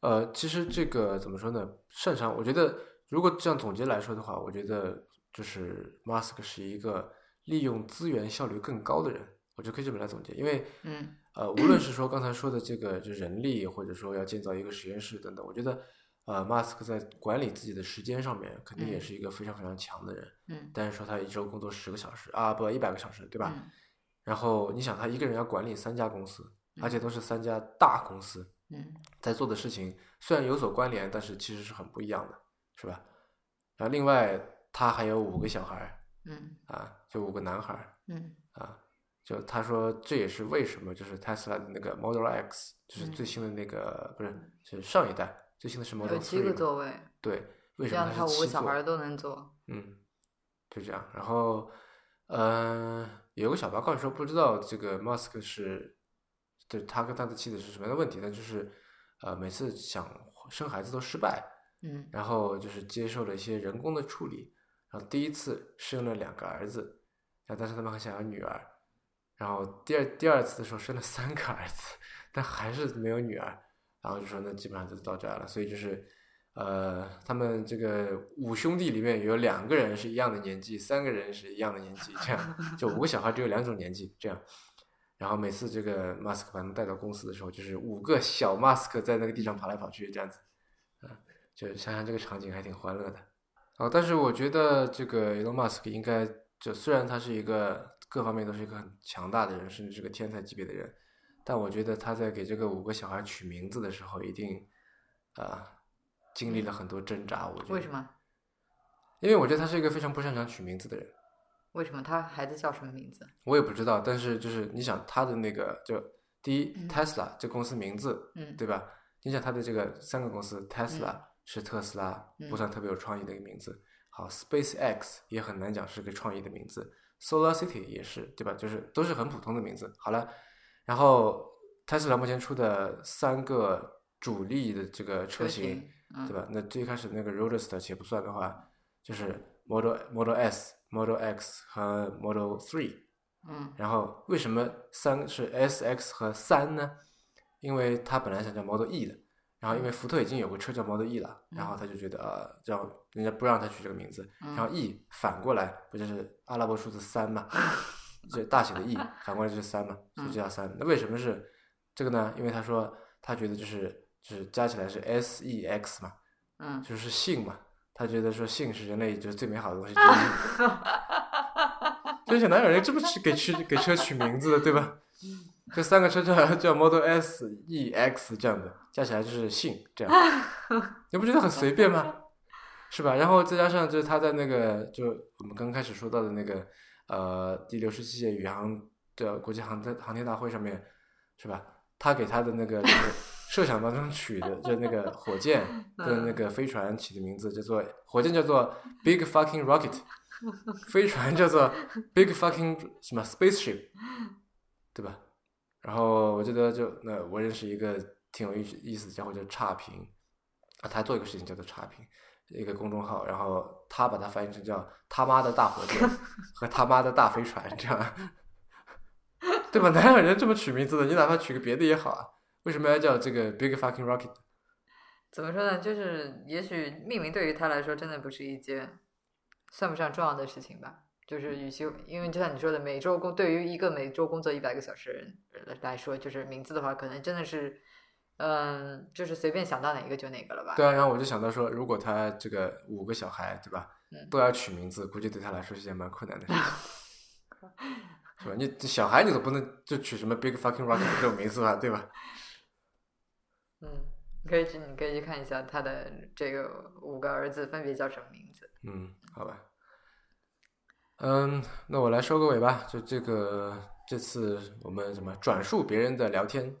A: 呃，其实这个怎么说呢？擅长，我觉得如果这样总结来说的话，我觉得就是 Musk 是一个利用资源效率更高的人，我觉得可以这么来总结。因为
B: 嗯
A: 呃，无论是说刚才说的这个就人力，或者说要建造一个实验室等等，我觉得呃，Musk 在管理自己的时间上面肯定也
B: 嗯
A: 是一个非常非常强的人。
B: 嗯，
A: 但是说他一周工作十个小时啊，不一百个小时，对吧？
B: 嗯
A: 然后你想，他一个人要管理三家公司，而且都是三家大公司，
B: 嗯
A: 在做的事情虽然有所关联，但是其实是很不一样的，是吧？然后另外他还有五个小孩儿
B: 嗯
A: 啊，就五个男孩儿
B: 嗯
A: 啊，就他说这也是为什么就是 Tesla 的那个 Model X，就是
B: 嗯
A: 最新的那个、不是是上一代最新的是
B: 嗯，
A: Model
B: 有
A: Three，
B: 七个
A: 嘛
B: 座位，
A: 对，为
B: 这
A: 什么
B: 样
A: 它是
B: 他五
A: 七
B: 个小
A: 座
B: 孩儿都能坐，
A: 嗯，就这样。然后，嗯、有个小报告说不知道这个 Musk 是，对他跟他的妻子是什么样的问题，但就是，呃，每次想生孩子都失败，
B: 嗯
A: 然后就是接受了一些人工的处理，然后第一次生了两个儿子，然后但是他们很想要女儿，然后第二第二次的时候生了三个儿子，但还是没有女儿，然后就说那基本上就到这儿了，所以就是。呃，他们这个五兄弟里面有两个人是一样的年纪，三个人是一样的年纪，这样就五个小孩只有两种年纪，这样。然后每次这个 mask 把他们带到公司的时候，就是五个小 mask 在那个地上爬来爬去这样子，啊，就想想这个场景还挺欢乐的。啊，但是我觉得这个 Elon Musk 应该，就虽然他是一个各方面都是一个很强大的人，甚至是个天才级别的人，但我觉得他在给这个五个小孩取名字的时候，一定啊经历了很多挣扎。我觉得
B: 为什？么？
A: 因为我觉得他是一个非常不擅长取名字的人。
B: 为什么他孩子叫什么名字？
A: 我也不知道，但是就是你想他的那个，就第一、
B: 嗯
A: Tesla 这公司名字，
B: 嗯
A: 对吧？你想他的这个三个公司，Tesla、是特斯拉，
B: 嗯
A: 不算特别有创意的一个名字。好，SpaceX 也很难讲是个创意的名字，Solar City 也是，对吧？就是都是很普通的名字。好了，然后 Tesla 目前出的三个主力的这个车型，
B: 型，嗯，
A: 对吧？那最开始那个 Roadster 且不算的话，就是 Model Model S、Model X 和 Model Three。
B: 嗯
A: 然后为什么三是 S X 和三呢？因为他本来想叫 Model E 的，然后因为福特已经有个车叫 Model E 了，然后他就觉得呃，让人家不让他取这个名字，然后 E 反过来不就是阿拉伯数字三嘛，这大写的 E 反过来就是三嘛，所以就叫三。那为什么是这个呢？因为他说他觉得就是就是加起来是 S E X 嘛，
B: 嗯，
A: 就是性嘛，他觉得说性是人类就是最美好的东西之一。真想哪有人这么去给去给车取名字的，对吧？这三个车叫 (laughs) 叫 Model S、E、X 这样的，加起来就是性这样，你不觉得很随便吗？是吧？然后再加上就是他在那个就我们刚开始说到的那个呃第六十七届宇航的国际航天航天大会上面，是吧？他给他的那个就是 (laughs) 设想当中取的，就那个火箭跟那个飞船起的名字叫做火箭叫做 Big Fucking Rocket，飞船叫做 Big Fucking 什么 Spaceship，对吧？然后我记得就那我认识一个挺有意思意思的家伙叫差评，啊，他做一个事情叫做差评，一个公众号，然后他把它翻译成叫他妈的大火箭和他妈的大飞船这样， (laughs) 对吧？哪有人这么取名字的？你哪怕取个别的也好啊，为什么要叫这个 Big Fucking Rocket？
B: 怎么说呢？就是也许命名对于他来说真的不是一件算不上重要的事情吧。就是与其因为就像你说的，每周工对于一个每周工作一百个小时的人来说，就是名字的话，可能真的是，嗯，就是随便想到哪一个就哪个了吧。
A: 对啊，然后我就想到说，如果他这个五个小孩，对吧
B: 嗯，
A: 都要取名字，估计对他来说是件蛮困难的事情，是吧？你这小孩你总不能就取什么 Big Fucking Rocket 这种名字吧，对吧？
B: 嗯，你可以去，你可以去看一下他的这个五个儿子分别叫什么名字。
A: 嗯，好吧。嗯，那我来收个尾吧。就这个，这次我们什么转述别人的聊天，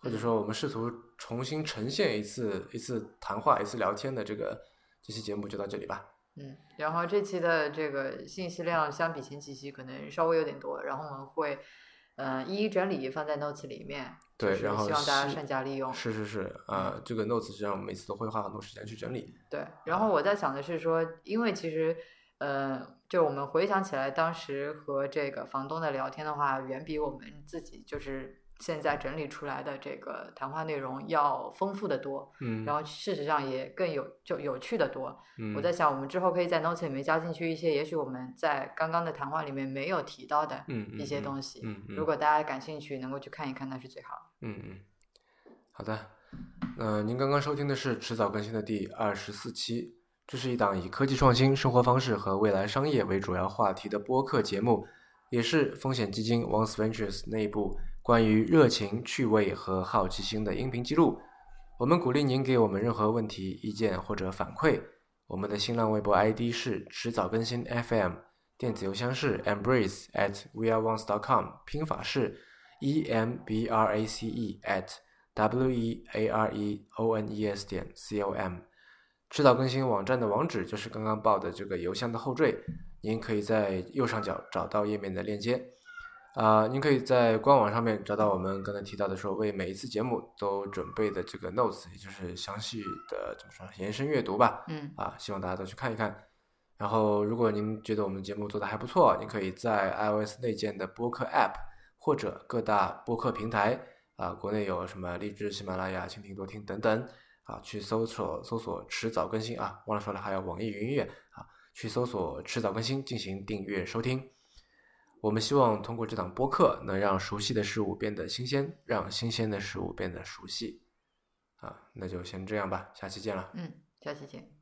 A: 或者说我们试图重新呈现一次一次谈话、一次聊天的这个这期节目就到这里吧。
B: 嗯，然后这期的这个信息量相比前几期可能稍微有点多，然后我们会，呃，一一整理放在 notes 里面，就
A: 对
B: 是
A: 然后
B: 希望大家
A: 是
B: 善加利用。
A: 是是是，呃，这个 notes 实际上我们每次都会花很多时间去整理。
B: 对，然后我在想的是说，因为其实，呃，就我们回想起来，当时和这个房东的聊天的话，远比我们自己就是现在整理出来的这个谈话内容要丰富的多，
A: 嗯，
B: 然后事实上也更有就有趣的多。
A: 嗯
B: 我在想，我们之后可以在 notes 里面加进去一些，也许我们在刚刚的谈话里面没有提到的
A: 嗯
B: 一些
A: 西。
B: 东西。
A: 嗯嗯，
B: 如果大家感兴趣，能够去看一看，那是最好的。
A: 嗯嗯，好的。呃，您刚刚收听的是迟早更新的第二十四期，这是一档以科技创新、生活方式和未来商业为主要话题的播客节目，也是风险基金 Once Ventures 内部关于热情、趣味和好奇心的音频记录。我们鼓励您给我们任何问题、意见或者反馈。我们的新浪微博 ID 是迟早更新 FM，电子邮箱是 embrace at weareones.com，拼法是 e m b r a c e at w e a r e o n e s 点 c o m。迟早更新网站的网址就是刚刚报的这个邮箱的后缀，您可以在右上角找到页面的链接。啊、您可以在官网上面找到我们刚才提到的说为每一次节目都准备的这个 notes，也就是详细的怎么说延伸阅读吧。
B: 嗯，
A: 啊，希望大家都去看一看。然后，如果您觉得我们节目做的还不错，您可以在 iOS 内建的播客 App 或者各大播客平台啊，国内有什么荔枝、喜马拉雅、蜻蜓、多听等等啊，去搜索搜索迟早更新啊，忘了说了，还有网易云音乐啊，去搜索迟早更新进行订阅收听。我们希望通过这档播客，能让熟悉的事物变得新鲜，让新鲜的事物变得熟悉。啊，那就先这样吧，下期见了。
B: 嗯，下期见。